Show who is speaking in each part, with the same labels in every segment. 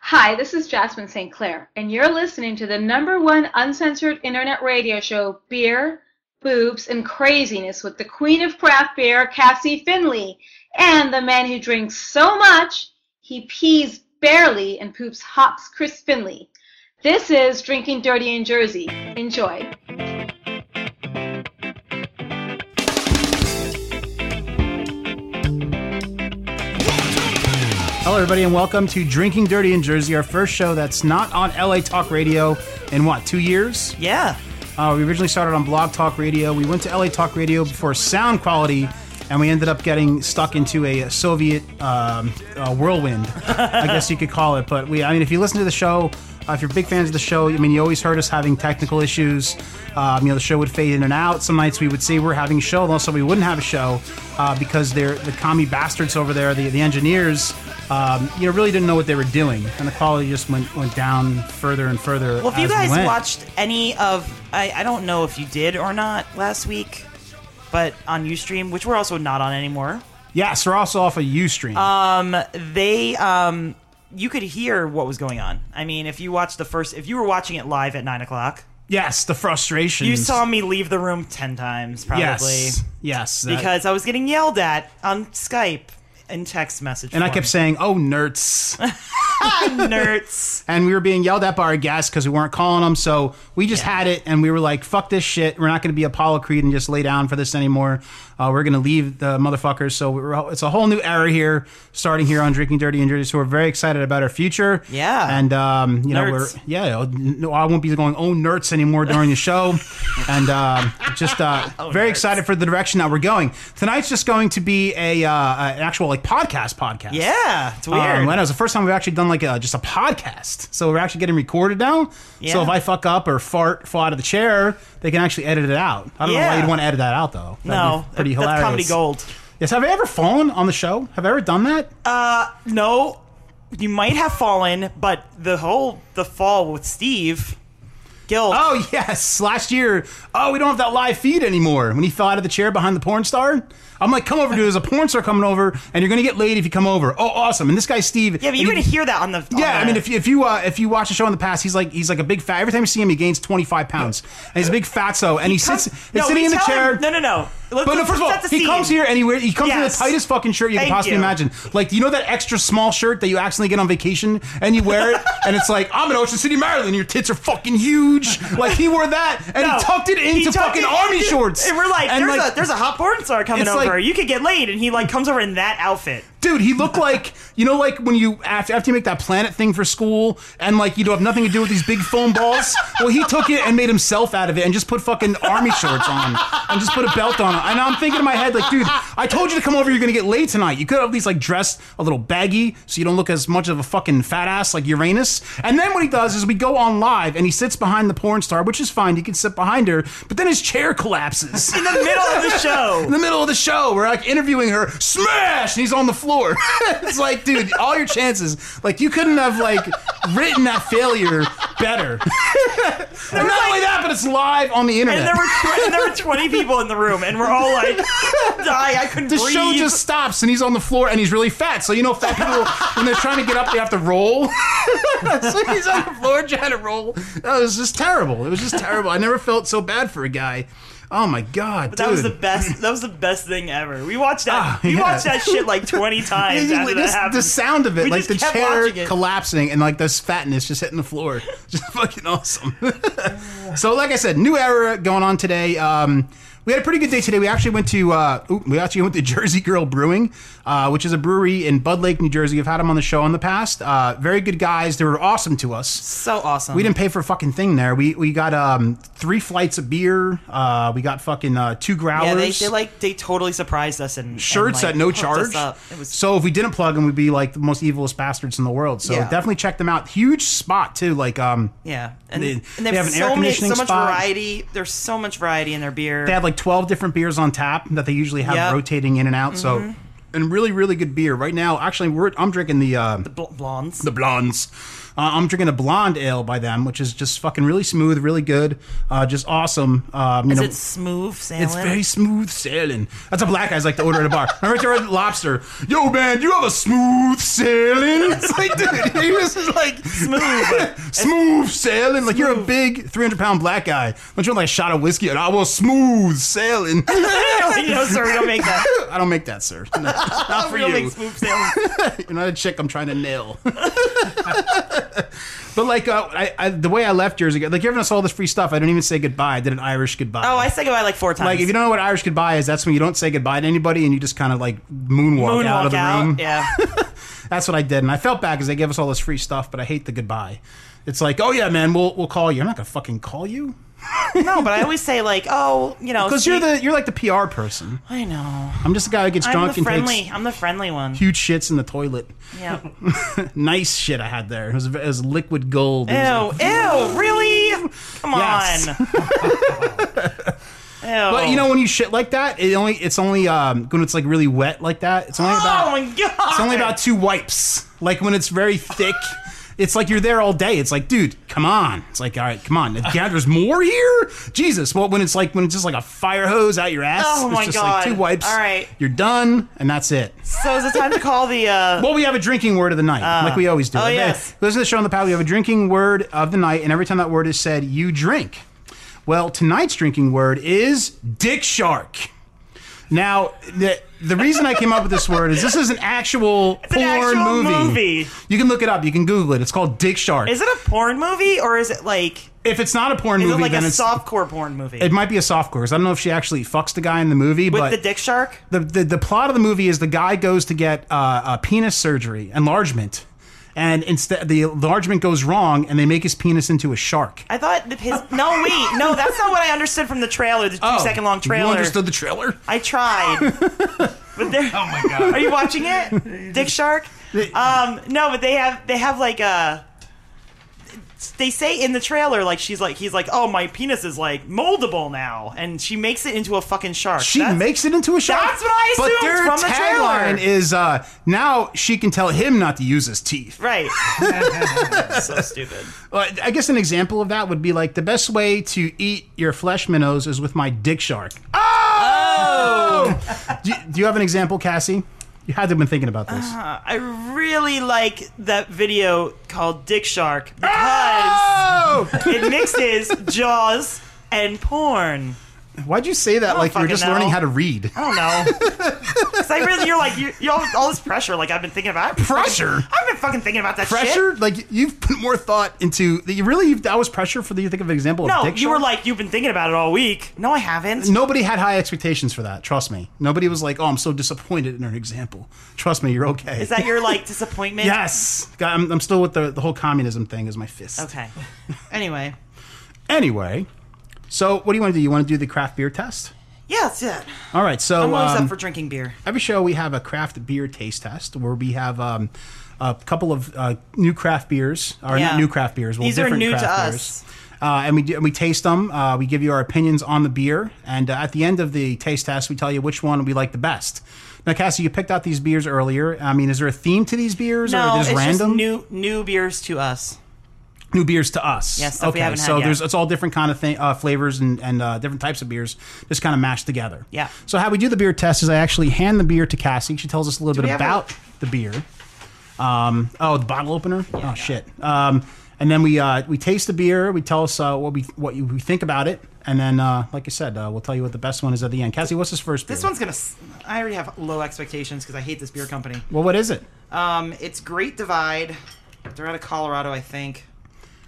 Speaker 1: Hi, this is Jasmine St. Clair, and you're listening to the number one uncensored internet radio show, Beer, Boobs, and Craziness, with the queen of craft beer, Cassie Finley, and the man who drinks so much he pees barely and poops hops, Chris Finley. This is Drinking Dirty in Jersey. Enjoy.
Speaker 2: Hello, everybody, and welcome to Drinking Dirty in Jersey, our first show that's not on LA Talk Radio in what, two years?
Speaker 3: Yeah.
Speaker 2: Uh, we originally started on Blog Talk Radio. We went to LA Talk Radio before sound quality, and we ended up getting stuck into a Soviet um, uh, whirlwind, I guess you could call it. But we, I mean, if you listen to the show, uh, if you're big fans of the show, I mean, you always heard us having technical issues. Um, you know, the show would fade in and out. Some nights we would say we're having a show, and also we wouldn't have a show uh, because they're the commie bastards over there, the, the engineers. Um, you know, really didn't know what they were doing, and the quality just went went down further and further.
Speaker 3: Well, if you
Speaker 2: as we
Speaker 3: guys
Speaker 2: went.
Speaker 3: watched any of, I, I don't know if you did or not last week, but on UStream, which we're also not on anymore,
Speaker 2: yes, we're also off of UStream.
Speaker 3: Uh, they, um, you could hear what was going on. I mean, if you watched the first, if you were watching it live at nine o'clock,
Speaker 2: yes, the frustration.
Speaker 3: you saw me leave the room ten times probably
Speaker 2: Mm. Yes, yes, that-
Speaker 3: because I was getting yelled at on Skype and text message,
Speaker 2: and I kept saying, "Oh, nerds."
Speaker 3: nerds.
Speaker 2: and we were being yelled at by our guests because we weren't calling them. So we just had it, and we were like, "Fuck this shit. We're not going to be Apollo Creed and just lay down for this anymore. Uh, we're going to leave the motherfuckers." So we're, it's a whole new era here, starting here on Drinking Dirty and Dirty. So we're very excited about our future.
Speaker 3: Yeah.
Speaker 2: and um, you know, we're
Speaker 3: Nerds.
Speaker 2: yeah, oh, no, I won't be going oh nerds anymore during the show, and um, just uh, very
Speaker 3: Oh, nerds.
Speaker 2: excited for the direction that we're going. Tonight's just going to be a uh, an actual like podcast podcast.
Speaker 3: Yeah, it's weird.
Speaker 2: Um, and it was the first time we've actually done like a, just a podcast. So we're actually getting recorded now. So
Speaker 3: Yeah.
Speaker 2: if I fuck up or fart, fall out of the chair, they can actually edit it out. I don't know why
Speaker 3: Yeah.
Speaker 2: you'd want to edit that out though. That'd
Speaker 3: no,
Speaker 2: be pretty
Speaker 3: that's
Speaker 2: hilarious.
Speaker 3: comedy gold.
Speaker 2: Yes, have I ever fallen on the show? Have I ever done that?
Speaker 3: No, you might have fallen, but the whole the fall with Steve, guilt.
Speaker 2: oh yes, last year. Oh, we don't have that live feed anymore. When he fell out of the chair behind the porn star, I'm like, come over, dude. There's a porn star coming over, and you're gonna get laid if you come over. Oh, awesome. And this guy Steve.
Speaker 3: yeah, but
Speaker 2: and
Speaker 3: you
Speaker 2: he-
Speaker 3: would hear that on the. on
Speaker 2: Yeah, I
Speaker 3: the-
Speaker 2: mean, if you, if you uh, if you watch the show in the past, he's like he's like a big fat. Every time you see him, he gains twenty five pounds, and he's a big fatso, and he,
Speaker 3: Come-
Speaker 2: sits he's
Speaker 3: no,
Speaker 2: sitting
Speaker 3: we
Speaker 2: in the
Speaker 3: tell
Speaker 2: chair.
Speaker 3: him- no, no, no. Let's,
Speaker 2: But no,
Speaker 3: let's
Speaker 2: first of all,
Speaker 3: set the
Speaker 2: he
Speaker 3: scene.
Speaker 2: comes here and he, wear, he comes
Speaker 3: Yes.
Speaker 2: in the tightest fucking shirt you can
Speaker 3: Thank
Speaker 2: possibly
Speaker 3: you.
Speaker 2: imagine. Like, you know that extra small shirt that you accidentally get on vacation and you wear it and it's like, I'm in Ocean City, Maryland, your tits are fucking huge. Like, he wore that and
Speaker 3: No,
Speaker 2: he tucked it
Speaker 3: he
Speaker 2: into
Speaker 3: tucked
Speaker 2: fucking
Speaker 3: it
Speaker 2: army
Speaker 3: into-
Speaker 2: shorts.
Speaker 3: and we're like,
Speaker 2: And,
Speaker 3: there's a there's a hot porn star coming
Speaker 2: It's
Speaker 3: over.
Speaker 2: like-
Speaker 3: you could get laid, and he like comes over in that outfit.
Speaker 2: Dude, he looked like you know, like when you after after you make that planet thing for school, and like you don't have nothing to do with these big foam balls. Well, he took it and made himself out of it, and just put fucking army shorts on, and just put a belt on. And I'm thinking in my head, like, dude, I told you to come over. You're gonna get laid tonight. You could have at least like dressed a little baggy, so you don't look as much of a fucking fat ass like Uranus. And then what he does is we go on live, and he sits behind the porn star, which is fine. You can sit behind her, but then his chair collapses
Speaker 3: In the middle of the
Speaker 2: in
Speaker 3: show.
Speaker 2: the middle of the show. We're like interviewing her, smash, and he's on the floor. it's like, dude, all your chances. Like, you couldn't have like written that failure better. and not only that, but it's live on the internet.
Speaker 3: And there were tw- and there were 20 people in the room, and we're all like, die, I couldn't
Speaker 2: the
Speaker 3: breathe.
Speaker 2: show just stops and he's on the floor and he's really fat. So you know, fat people when they're trying to get up, they have to roll. so he's on the floor trying to roll. That was just terrible. It was just terrible. I never felt so bad for a guy. Oh my god,
Speaker 3: That
Speaker 2: dude.
Speaker 3: was the best. That was the best thing ever. We watched
Speaker 2: Ah,
Speaker 3: that. we
Speaker 2: yeah.
Speaker 3: watched that shit like twenty times
Speaker 2: Yeah,
Speaker 3: after
Speaker 2: just
Speaker 3: that happened.
Speaker 2: The sound of it,
Speaker 3: We
Speaker 2: like
Speaker 3: just
Speaker 2: the
Speaker 3: kept
Speaker 2: chair
Speaker 3: watching it.
Speaker 2: collapsing and like this fatness just hitting the floor. Just fucking awesome. so, like I said, new era going on today. Um, we had a pretty good day today. We actually went to uh, ooh, we actually went to Jersey Girl Brewing, uh, which is a brewery in Bud Lake, New Jersey. I've had them on the show in the past. Uh, very good guys. They were awesome to us.
Speaker 3: so awesome.
Speaker 2: We didn't pay for a fucking thing there. We we got um, three flights of beer. Uh, we got fucking uh, two growlers
Speaker 3: Yeah, they, they like they totally surprised us and
Speaker 2: shirts
Speaker 3: and, like,
Speaker 2: at no
Speaker 3: hooked us
Speaker 2: charge.
Speaker 3: up. It was
Speaker 2: so if we didn't plug them, we'd be like the most evilest bastards in the world. So
Speaker 3: Yeah.
Speaker 2: definitely check them out. Huge spot too. Like um,
Speaker 3: yeah, and,
Speaker 2: They-
Speaker 3: and they,
Speaker 2: they have
Speaker 3: have,
Speaker 2: an
Speaker 3: so
Speaker 2: air
Speaker 3: many,
Speaker 2: conditioning
Speaker 3: so much
Speaker 2: spot.
Speaker 3: variety. There's so much variety in their beer.
Speaker 2: they had like twelve different beers on tap that they usually have
Speaker 3: Yep. Mm-hmm.
Speaker 2: rotating in and out. So and really really good beer right now. Actually, we're I'm drinking the uh,
Speaker 3: Bl- blondes.
Speaker 2: the blondes. Uh, I'm drinking a blonde ale by them, which is just fucking really smooth, really good, uh, just awesome. Um, you
Speaker 3: Is
Speaker 2: know,
Speaker 3: it smooth sailing?
Speaker 2: it's very smooth sailing. That's a black guy's like the order at a bar. Remember to order lobster. Yo, man, you have a smooth sailing. It's like, dude, he was just like
Speaker 3: smooth.
Speaker 2: smooth sailing. Like you're a big 300 pound black guy. Don't you want like a shot of whiskey? And I will smooth sailing.
Speaker 3: Oh, you know, sorry, don't make that.
Speaker 2: I don't make that, sir. No, not for
Speaker 3: We don't
Speaker 2: you.
Speaker 3: make smooth sailing.
Speaker 2: You're not a chick I'm trying to nail. but like uh, I, I, the way I left years ago, like you're giving us all this free stuff. I didn't even say goodbye. I did an Irish goodbye.
Speaker 3: Oh, I say goodbye like four times.
Speaker 2: like if you don't know what Irish goodbye is, that's when you don't say goodbye to anybody and you just kind of like moonwalk,
Speaker 3: moonwalk
Speaker 2: out of the
Speaker 3: out,
Speaker 2: room.
Speaker 3: yeah.
Speaker 2: That's what I did, and I felt bad because they gave us all this free stuff, but I hate the goodbye. It's like, oh yeah, man, we'll we'll call you. I'm not gonna fucking call you
Speaker 3: No, but I always say like, oh, you know,
Speaker 2: because you're
Speaker 3: sweet-
Speaker 2: the you're like the PR person.
Speaker 3: I know.
Speaker 2: I'm just a guy who gets
Speaker 3: I'm
Speaker 2: drunk
Speaker 3: the
Speaker 2: and
Speaker 3: friendly.
Speaker 2: takes
Speaker 3: I'm the friendly one.
Speaker 2: huge shits in the toilet.
Speaker 3: Yeah.
Speaker 2: nice shit I had there. It was, it was liquid gold. It was
Speaker 3: Ew, ew, really? Come
Speaker 2: Yes.
Speaker 3: on. ew.
Speaker 2: But you know, when you shit like that, it only it's only um when it's like really wet like that. It's only
Speaker 3: oh
Speaker 2: about
Speaker 3: my god.
Speaker 2: it's only about two wipes. Like when it's very thick, it's like you're there all day. It's like, dude, come on. It's like, all right, come on. Yeah, there's more here. Jesus. Well, when it's like when it's just like a fire hose out your ass.
Speaker 3: Oh
Speaker 2: it's
Speaker 3: my
Speaker 2: just
Speaker 3: God.
Speaker 2: Like two wipes.
Speaker 3: All right.
Speaker 2: you're done, and that's it.
Speaker 3: So is it time to call the? uh
Speaker 2: Well, we have a drinking word of the night, like we always do.
Speaker 3: Oh,
Speaker 2: Like,
Speaker 3: yes.
Speaker 2: hey, Listen to the show on the pad. We have a drinking word of the night, and every time that word is said, you drink. Well, tonight's drinking word is dick shark. Now, the, the reason I came up with this word is this is an actual
Speaker 3: an
Speaker 2: porn
Speaker 3: actual movie.
Speaker 2: You can look it up. You can Google it. It's called Dick Shark.
Speaker 3: Is it a porn movie or is it like?
Speaker 2: if it's not a porn
Speaker 3: Is
Speaker 2: movie,
Speaker 3: it like a
Speaker 2: then it's
Speaker 3: softcore porn movie
Speaker 2: it might be a softcore. 'cause I don't know if she actually fucks the guy in the movie,
Speaker 3: with
Speaker 2: but
Speaker 3: the dick shark?
Speaker 2: the, the the plot of the movie is the guy goes to get uh, a penis surgery enlargement, and instead the enlargement goes wrong, and they make his penis into a shark.
Speaker 3: I thought that his. No, wait, no, that's not what I understood from the trailer, the two second long
Speaker 2: Oh, You
Speaker 3: trailer.
Speaker 2: understood the trailer?
Speaker 3: I tried, but there.
Speaker 4: Oh my god.
Speaker 3: Are you watching it, Dick Shark? Um, no, but they have they have like a. They say in the trailer, like she's like he's like, oh my penis is like moldable now, and she makes it into a fucking shark.
Speaker 2: She
Speaker 3: That's-
Speaker 2: makes it into a shark.
Speaker 3: that's what I
Speaker 2: But
Speaker 3: assumed
Speaker 2: their
Speaker 3: from the
Speaker 2: tagline
Speaker 3: trailer.
Speaker 2: is uh, now she can tell him not to use his teeth.
Speaker 3: right. so stupid.
Speaker 2: Uh, I guess an example of that would be like the best way to eat your flesh minnows is with my dick shark. Oh! do, do you have an example, Cassie? You had to have been thinking about this.
Speaker 3: Uh, I really like that video called Dick Shark because
Speaker 2: Oh!
Speaker 3: it mixes Jaws and porn.
Speaker 2: Why'd you say that like you were
Speaker 3: fucking
Speaker 2: just
Speaker 3: know.
Speaker 2: learning how to read?
Speaker 3: I don't know. 'Cause I really, you're like, you, you all, all this pressure. Like I've been thinking about I've been fucking-
Speaker 2: Pressure?
Speaker 3: I've been fucking thinking about that shit.
Speaker 2: Pressure? Like you've put more thought into that. You really you've, that was pressure for the. You think of an example
Speaker 3: No,
Speaker 2: of dick
Speaker 3: you were
Speaker 2: shark?
Speaker 3: like, you've been thinking about it all week. No, I haven't.
Speaker 2: nobody had high expectations for that. Trust me. Nobody was like, oh, I'm so disappointed in an example. Trust me, you're okay.
Speaker 3: Is that your like disappointment?
Speaker 2: yes? God, I'm, I'm still with the the whole communism thing as my fist.
Speaker 3: Okay. Anyway,
Speaker 2: Anyway, so what do you want to do? You want to do the craft beer test?
Speaker 3: yeah, that's it.
Speaker 2: All right. So
Speaker 3: I'm always
Speaker 2: um,
Speaker 3: up for drinking beer.
Speaker 2: every show we have a craft beer taste test where we have um, a couple of uh, new craft beers or
Speaker 3: Yeah.
Speaker 2: not new craft beers. Well,
Speaker 3: These are
Speaker 2: different
Speaker 3: new
Speaker 2: craft
Speaker 3: to
Speaker 2: beers. Uh, and we do, and we taste them. Uh, we give you our opinions on the beer, and uh, at the end of the taste test, we tell you which one we like the best. Now, Cassie, you picked out these beers earlier. I mean, is there a theme to these beers, or
Speaker 3: No,
Speaker 2: are they
Speaker 3: it's
Speaker 2: just random
Speaker 3: just new new beers to us.
Speaker 2: new beers to us?
Speaker 3: Yes, stuff we
Speaker 2: okay.
Speaker 3: haven't had
Speaker 2: so
Speaker 3: yet.
Speaker 2: there's it's all different kind of thing, uh, flavors and and uh, different types of beers, just kind of mashed together.
Speaker 3: Yeah.
Speaker 2: So how we do the beer test is I actually hand the beer to Cassie. She tells us a little
Speaker 3: we
Speaker 2: bit
Speaker 3: have a-
Speaker 2: about the beer. Um, oh, the bottle opener. oh shit. Um, and then we uh, we taste the beer. We tell us uh, what we what you- we think about it. And then, uh, like I said, uh, we'll tell you what the best one is at the end. Cassie, what's this first beer?
Speaker 3: This one's gonna. s- I already have low expectations because I hate this beer company.
Speaker 2: Well, what is it?
Speaker 3: Um, it's Great Divide. They're out of Colorado, I think.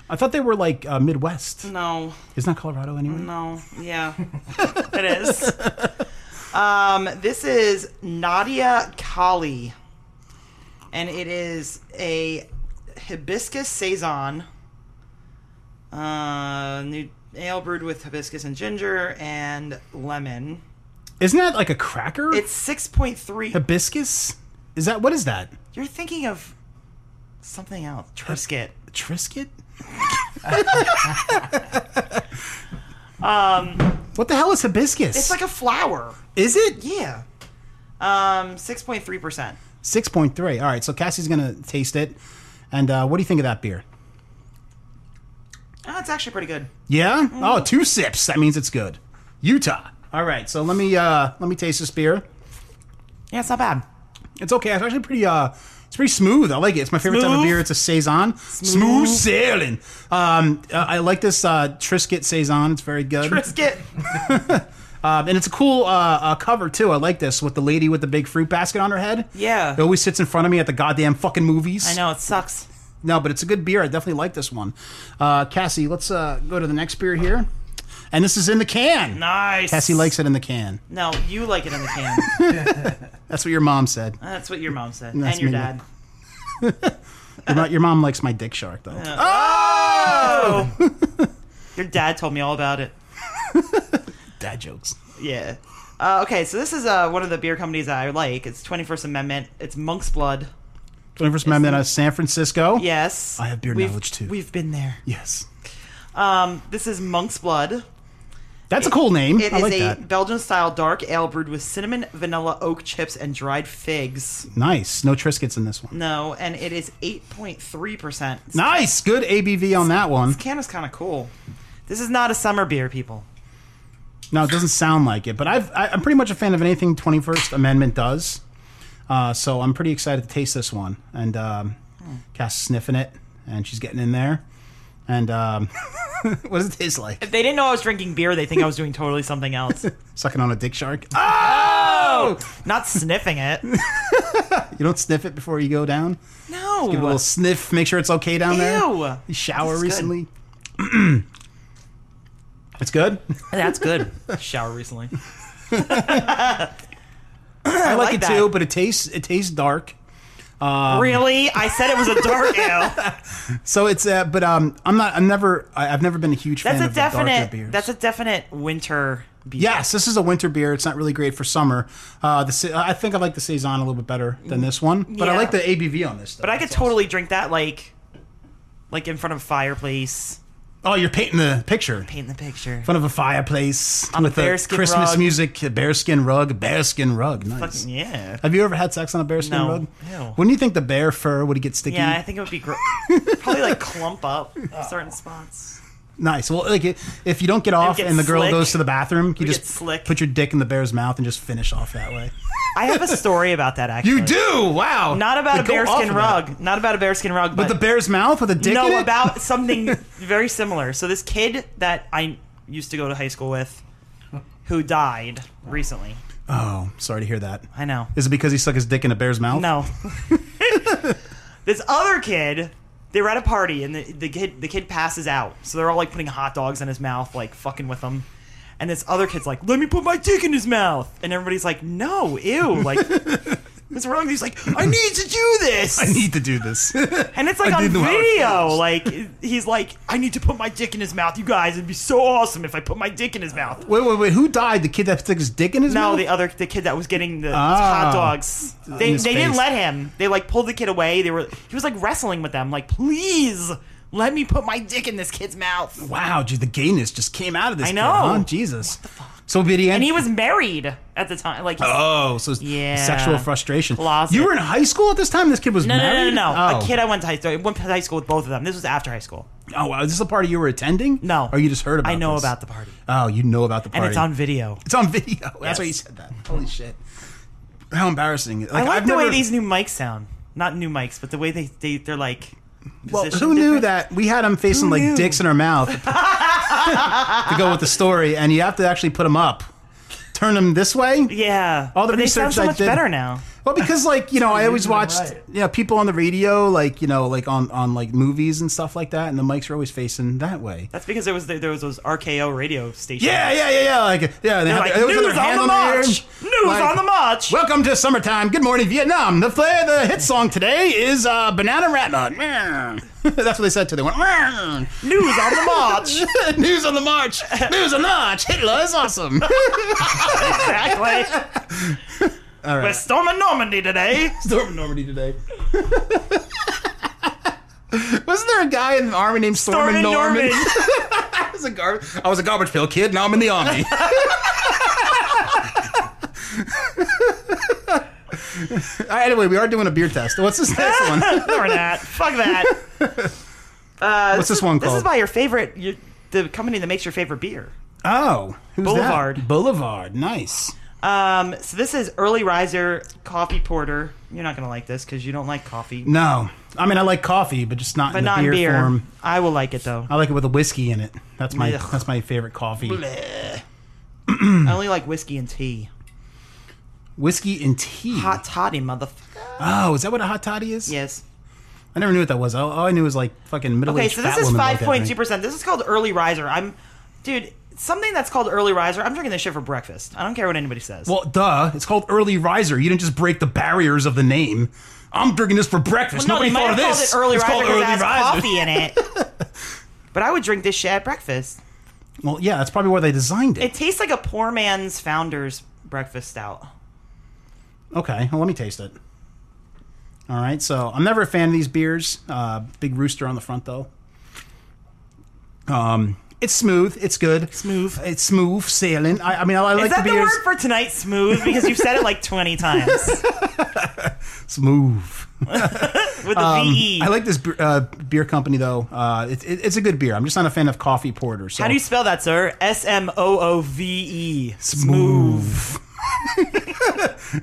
Speaker 2: I thought they were like uh, Midwest.
Speaker 3: No,
Speaker 2: Isn't that Colorado anyway?
Speaker 3: Mm, no, yeah, it is. Um, this is Nadia Kali, and it is a hibiscus saison. Uh, new ale brewed with hibiscus and ginger and lemon.
Speaker 2: Isn't that like a cracker?
Speaker 3: It's six point three.
Speaker 2: hibiscus. Is that what is that?
Speaker 3: You're thinking of something else. Trisket.
Speaker 2: Trisket? um, what the hell is hibiscus?
Speaker 3: It's Um, like a flower.
Speaker 2: is it?
Speaker 3: Yeah. Um, six point three percent.
Speaker 2: Six point three. All right, so Cassie's gonna taste it, and uh, what do you think of that beer?
Speaker 3: Oh, it's actually pretty good.
Speaker 2: Yeah.
Speaker 3: Mm.
Speaker 2: Oh, two sips. That means it's good. Utah. All right, so let me uh, let me taste this beer.
Speaker 3: Yeah, it's not bad.
Speaker 2: It's okay. It's actually pretty. Uh, it's pretty smooth. I like it. It's my favorite type of
Speaker 3: Smooth.
Speaker 2: beer. It's a saison. Smooth, sailing. Um, uh, I like this uh, Trisket saison. It's very good.
Speaker 3: Brisket.
Speaker 2: Um, and it's a cool uh, uh, cover too. I like this with the lady with the big fruit basket on her head.
Speaker 3: Yeah.
Speaker 2: it always sits in front of me at the goddamn fucking movies.
Speaker 3: I know it sucks.
Speaker 2: No, but it's a good beer. I definitely like this one. Uh, Cassie, let's uh, go to the next beer here, and this is in the can.
Speaker 3: Nice.
Speaker 2: Cassie likes it in the can.
Speaker 3: No, you like it in the can.
Speaker 2: That's what your mom said.
Speaker 3: That's what your mom said,
Speaker 2: That's
Speaker 3: and your
Speaker 2: me.
Speaker 3: dad.
Speaker 2: Your, mo- your mom likes my dick shark though. Ah,
Speaker 3: Oh! your dad told me all about it.
Speaker 2: Dad jokes.
Speaker 3: Yeah. Uh, okay, so this is uh, one of the beer companies that I like. It's 21st Amendment. It's Monk's Blood.
Speaker 2: Twenty First Amendment of San Francisco.
Speaker 3: Yes.
Speaker 2: I have beer
Speaker 3: We've-
Speaker 2: knowledge, too.
Speaker 3: We've been there.
Speaker 2: Yes.
Speaker 3: Um, this is Monk's Blood.
Speaker 2: That's a cool name.
Speaker 3: It
Speaker 2: I
Speaker 3: is
Speaker 2: like
Speaker 3: a
Speaker 2: that.
Speaker 3: Belgian style dark ale brewed with cinnamon, vanilla, oak chips, and dried figs.
Speaker 2: Nice. No Triscuits in this one.
Speaker 3: No, and it is 8.3%.
Speaker 2: Nice. Good ABV on that one.
Speaker 3: This can is kind of cool. This is not a summer beer, people.
Speaker 2: No, it doesn't sound like it, but I've, I, I'm pretty much a fan of anything 21st Amendment does. Uh, so I'm pretty excited to taste this one. And um, Cass is sniffing it, and she's getting in there. And um, what does it taste like?
Speaker 3: If they didn't know I was drinking beer, they think I was doing totally something else.
Speaker 2: Sucking on a dick shark. Ah!
Speaker 3: Oh! Not sniffing it.
Speaker 2: You don't sniff it before you go down.
Speaker 3: No.
Speaker 2: Give it a little sniff. Make sure it's okay down there.
Speaker 3: Ew.
Speaker 2: You shower
Speaker 3: This is good.
Speaker 2: recently. it's good.
Speaker 3: That's good. Shower recently.
Speaker 2: I like,
Speaker 3: like
Speaker 2: it
Speaker 3: that.
Speaker 2: too, but um, it tastes it tastes dark.
Speaker 3: really? I said it was a dark ale.
Speaker 2: So it's uh, but um, I'm not. I'm never. I, I've never been a huge
Speaker 3: That's
Speaker 2: fan
Speaker 3: a
Speaker 2: of the darker
Speaker 3: definite.
Speaker 2: beers.
Speaker 3: That's a definite winter beer.
Speaker 2: Yes, this is a winter beer. It's not really great for summer. Uh, the sa- I think I like the saison a little bit better than this one, but I
Speaker 3: Yeah.
Speaker 2: like the ABV on this. Though.
Speaker 3: But I could totally drink that like, like in front of a fireplace,
Speaker 2: Oh, you're painting the picture.
Speaker 3: paint the picture.
Speaker 2: In front of a fireplace
Speaker 3: On a
Speaker 2: with the
Speaker 3: bearskin
Speaker 2: Christmas
Speaker 3: rug.
Speaker 2: music, a bearskin rug, bearskin rug. Nice.
Speaker 3: Fucking yeah.
Speaker 2: Have you ever had sex on a bearskin
Speaker 3: No.
Speaker 2: rug?
Speaker 3: Ew.
Speaker 2: Wouldn't you think the bear fur would get sticky?
Speaker 3: Yeah, I think it would be gr- probably like clump up certain spots.
Speaker 2: Nice. Well, like it, if you don't get off
Speaker 3: get
Speaker 2: and the girl
Speaker 3: slick.
Speaker 2: goes to the bathroom, you
Speaker 3: get
Speaker 2: just
Speaker 3: slick.
Speaker 2: put your dick in the bear's mouth and just finish off that way.
Speaker 3: I have a story about that actually.
Speaker 2: do? Wow.
Speaker 3: Not about
Speaker 2: But
Speaker 3: a
Speaker 2: go off
Speaker 3: bearskin
Speaker 2: of
Speaker 3: rug.
Speaker 2: that.
Speaker 3: Not about a bearskin rug.
Speaker 2: But the bear's mouth with a dick in
Speaker 3: no
Speaker 2: it?
Speaker 3: about something very similar. So this kid that I used to go to high school with, who died recently.
Speaker 2: Oh, sorry to hear that.
Speaker 3: I know.
Speaker 2: Is it because he stuck his dick in a bear's mouth?
Speaker 3: No. this other kid, they were at a party and the, the kid the kid passes out. So they're all like putting hot dogs in his mouth, like fucking with him. And this other kid's like, "Let me put my dick in his mouth," and everybody's like, "No, ew!" Like, what's wrong? He's like, "I need to do this,"
Speaker 2: I need to do this.
Speaker 3: and it's like
Speaker 2: I
Speaker 3: on
Speaker 2: didn't know how it
Speaker 3: video.
Speaker 2: feels.
Speaker 3: Like, he's like, "I need to put my dick in his mouth, you guys. It'd be so awesome if I put my dick in his mouth."
Speaker 2: wait, wait, wait. Who died? The kid that stuck his dick in his
Speaker 3: No,
Speaker 2: mouth?
Speaker 3: the other the kid that was getting the
Speaker 2: Ah.
Speaker 3: hot dogs. They
Speaker 2: his
Speaker 3: they didn't
Speaker 2: face.
Speaker 3: let him. They like pulled the kid away. They were he was like wrestling with them. Like, please let me put my dick in this kid's mouth.
Speaker 2: wow, dude, the gayness just came out of this.
Speaker 3: I
Speaker 2: kid,
Speaker 3: know.
Speaker 2: huh? Jesus. So did he end?
Speaker 3: And he was married at the time. Like,
Speaker 2: oh, so it's
Speaker 3: Yeah.
Speaker 2: sexual frustration.
Speaker 3: Closet.
Speaker 2: You were in high school at this time. This kid was
Speaker 3: no, no, no, no,
Speaker 2: married.
Speaker 3: no.
Speaker 2: Oh.
Speaker 3: A kid I went to high school. I went to high school with both of them. This was after high school.
Speaker 2: Oh, wow. Is this a party you were attending?
Speaker 3: No,
Speaker 2: Or Oh, you just heard about?
Speaker 3: I know
Speaker 2: this?
Speaker 3: about the party,
Speaker 2: Oh, you know about the
Speaker 3: and
Speaker 2: party.
Speaker 3: it's on video.
Speaker 2: It's on video. That's
Speaker 3: Yes.
Speaker 2: why you said that. Holy shit. How embarrassing. Like,
Speaker 3: I like
Speaker 2: I've
Speaker 3: the way
Speaker 2: never-
Speaker 3: these new mics sound. Not new mics, but the way they they they're like.
Speaker 2: Well,
Speaker 3: positioned
Speaker 2: who knew
Speaker 3: different.
Speaker 2: that we had them facing like
Speaker 3: knew?
Speaker 2: dicks in our mouth to go with the story, and you have to actually put them up, turn them this way.
Speaker 3: Yeah.
Speaker 2: All the
Speaker 3: but they sound
Speaker 2: research
Speaker 3: so
Speaker 2: I
Speaker 3: much
Speaker 2: did-
Speaker 3: better now.
Speaker 2: Well, because like you know, I always
Speaker 4: Using them
Speaker 2: watched
Speaker 4: right.
Speaker 2: you know people on the radio, like you know, like on on like movies and stuff like that, and the mics were always facing that way.
Speaker 3: That's because there was there was those RKO radio stations.
Speaker 2: Yeah, yeah, yeah, yeah. Like yeah, they
Speaker 3: They're
Speaker 2: had
Speaker 3: like,
Speaker 2: their- they always had
Speaker 3: news
Speaker 2: their
Speaker 3: on
Speaker 2: hand
Speaker 3: the
Speaker 2: on the
Speaker 3: march.
Speaker 2: air.
Speaker 3: News
Speaker 2: Like,
Speaker 3: on the march.
Speaker 2: Welcome to summertime. Good morning, Vietnam. The flair, the hit song today is uh, Banana Ratna. That's what they said to. They went. "Meow."
Speaker 3: News on the march.
Speaker 2: News on the march. News on the march. Hitler is awesome.
Speaker 3: exactly. We're storming Normandy today.
Speaker 2: Storm Normandy today. Wasn't there a guy in the army named Storm
Speaker 3: Storming
Speaker 2: Norman?
Speaker 3: Norman.
Speaker 2: I, was a gar- I was a garbage pail kid. Now I'm in the army. Uh, anyway, we are doing a beer test. What's this next one?
Speaker 3: or not. Fuck that. Uh,
Speaker 2: What's this one
Speaker 3: This is
Speaker 2: called?
Speaker 3: by your favorite, your, the company that makes your favorite beer.
Speaker 2: Oh, who's that?
Speaker 3: Boulevard.
Speaker 2: Boulevard. Nice.
Speaker 3: Um, so this is early riser coffee porter. You're not gonna like this because you don't like coffee,
Speaker 2: No, I mean I like coffee, but just not
Speaker 3: but
Speaker 2: in the
Speaker 3: not
Speaker 2: Mm, beer,
Speaker 3: in beer.
Speaker 2: form. Oh,
Speaker 3: I will like it though.
Speaker 2: I like it with a whiskey in it. That's my
Speaker 3: Ugh.
Speaker 2: that's my favorite coffee.
Speaker 3: I only like whiskey and tea.
Speaker 2: Whiskey and tea.
Speaker 3: Hot toddy, motherfucker.
Speaker 2: Oh, is that what a hot toddy is?
Speaker 3: Yes.
Speaker 2: I never knew what that was. All, all I knew was like fucking middle
Speaker 3: Okay,
Speaker 2: aged
Speaker 3: so this is five point two percent. This is called early riser. I'm, dude. Something that's called early riser. I'm drinking this shit for breakfast. I don't care what anybody says.
Speaker 2: Well, duh. It's called early riser. You didn't just break the barriers of the name. I'm drinking this for breakfast.
Speaker 3: no,
Speaker 2: Nobody
Speaker 3: they
Speaker 2: thought
Speaker 3: might
Speaker 2: of
Speaker 3: have called
Speaker 2: this.
Speaker 3: it early
Speaker 2: it's
Speaker 3: riser
Speaker 2: called
Speaker 3: because
Speaker 2: early
Speaker 3: it
Speaker 2: riser.
Speaker 3: has coffee in it. but I would drink this shit at breakfast.
Speaker 2: Well, yeah, that's probably why they designed it.
Speaker 3: It tastes like a poor man's founder's breakfast stout.
Speaker 2: Okay, well, let me taste it. All right, so I'm never a fan of these beers. Uh, big rooster on the front, though. Um, it's smooth. It's good.
Speaker 3: Smooth.
Speaker 2: It's smooth sailing. I, I mean, I, I like
Speaker 3: Is that
Speaker 2: the
Speaker 3: the,
Speaker 2: beers.
Speaker 3: word for tonight, smooth? Because you've said it like 20 times
Speaker 2: smooth.
Speaker 3: with the E. VE.
Speaker 2: Um, I like this beer, uh, beer company, though. Uh, it, it, it's a good beer. I'm just not a fan of coffee porter. So
Speaker 3: How do you spell that, sir? S M O O V E.
Speaker 2: smooth?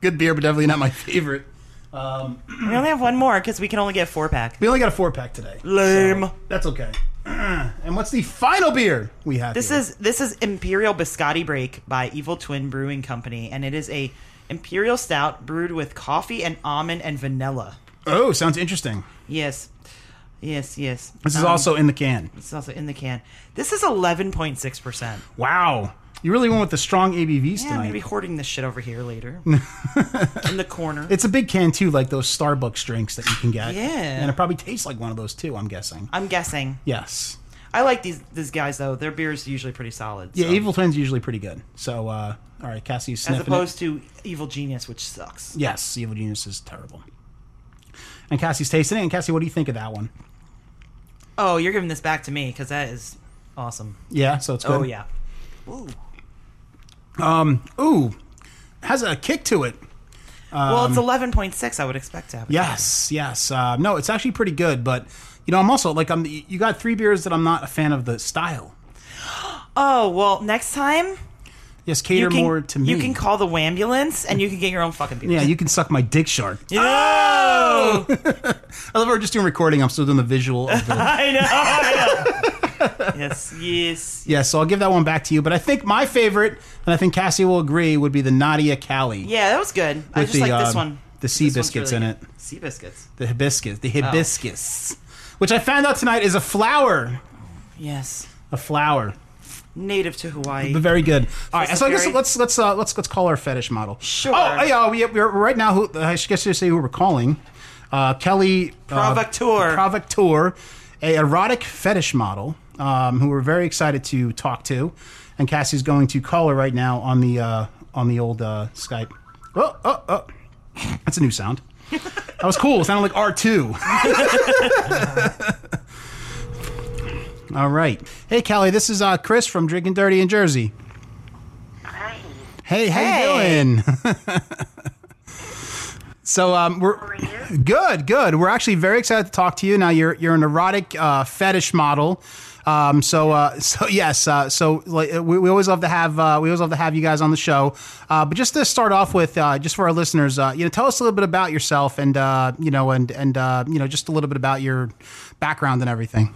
Speaker 2: good beer, but definitely not my favorite.
Speaker 3: We only have one more because we can only get four pack.
Speaker 2: We only got a four pack today.
Speaker 3: Lame.
Speaker 2: That's okay. And what's the final beer we have?
Speaker 3: This
Speaker 2: here?
Speaker 3: is this is Imperial Biscotti Break by Evil Twin Brewing Company, and it is a imperial stout brewed with coffee and almond and vanilla.
Speaker 2: oh, sounds interesting.
Speaker 3: Yes, yes, yes.
Speaker 2: This is
Speaker 3: Um,
Speaker 2: also in the can.
Speaker 3: it's also in the can. This is eleven point six percent.
Speaker 2: Wow. You really went with the strong ABVs
Speaker 3: Yeah, I'm
Speaker 2: tonight.
Speaker 3: gonna be hoarding this shit over here later in the corner.
Speaker 2: It's a big can too, like those Starbucks drinks that you can get.
Speaker 3: Yeah.
Speaker 2: And it probably tastes like one of those too, I'm guessing.
Speaker 3: I'm guessing.
Speaker 2: Yes.
Speaker 3: I like these these guys though. Their beer's usually pretty solid.
Speaker 2: Yeah,
Speaker 3: so.
Speaker 2: Evil Twin's usually pretty good. So uh all right, Cassie's
Speaker 3: as
Speaker 2: sniffing. it.
Speaker 3: opposed to Evil Genius, which sucks.
Speaker 2: Yes, Evil Genius is terrible. And Cassie's tasting it. And Cassie, what do you think of that one?
Speaker 3: Oh, you're giving this back to me because that is awesome.
Speaker 2: Yeah, so it's good.
Speaker 3: Oh yeah.
Speaker 2: Ooh. Has a kick to it.
Speaker 3: well,
Speaker 2: Um,
Speaker 3: it's eleven point six. I would expect to have. it.
Speaker 2: Yes, yes. Uh, no, it's actually pretty good, but you know, I'm also like I'm you got three beers that I'm not a fan of the style.
Speaker 3: Oh well, next time
Speaker 2: Yes, cater
Speaker 3: you can
Speaker 2: more to me.
Speaker 3: you can call the wambulance and you can get your own fucking beer.
Speaker 2: Yeah, you can suck my dick, shark.
Speaker 3: Oh!
Speaker 2: I love how we're just doing recording. I'm still doing the visual of the.
Speaker 3: I know. I know. yes. Yes.
Speaker 2: yeah, so I'll give that one back to you. But I think my favorite, and I think Cassie will agree, would be the Nadia Cali.
Speaker 3: Yeah, that was good. I
Speaker 2: With
Speaker 3: just
Speaker 2: the,
Speaker 3: like
Speaker 2: um,
Speaker 3: this one.
Speaker 2: the sea biscuits in it.
Speaker 3: Sea biscuits.
Speaker 2: The hibiscus. The hibiscus. Which I found out tonight is a flower.
Speaker 3: Yes.
Speaker 2: A flower.
Speaker 3: Native to Hawaii.
Speaker 2: But very good. All right,
Speaker 3: Crystal
Speaker 2: so I guess
Speaker 3: Berry.
Speaker 2: let's let's uh, let's let's call our fetish model.
Speaker 3: Sure.
Speaker 2: Oh, yeah, we, we're right now. Who, I should guess to say who we're calling. Uh, Kelly uh,
Speaker 3: Provocteur.
Speaker 2: Provocteur, a erotic fetish model, um, who we're very excited to talk to, and Cassie's going to call her right now on the uh, on the old uh, Skype. Oh, oh, oh! That's a new sound. That was cool. It sounded like R two. All right. Hey, Kelly. This is uh, Chris from Drinking Dirty in Jersey.
Speaker 4: Hi.
Speaker 2: Hey, how
Speaker 3: Hey.
Speaker 2: you doing? so um,
Speaker 4: How
Speaker 2: we're
Speaker 4: are you?
Speaker 2: good, good. We're actually very excited to talk to you. Now you're you're an erotic uh, fetish model. Um, so uh, so yes, uh, so like, uh, we, we always love to have uh, we always love to have you guys on the show. Uh, but just to start off with, uh, just for our listeners, uh, you know, tell us a little bit about yourself and uh, you know and and uh, you know just a little bit about your background and everything.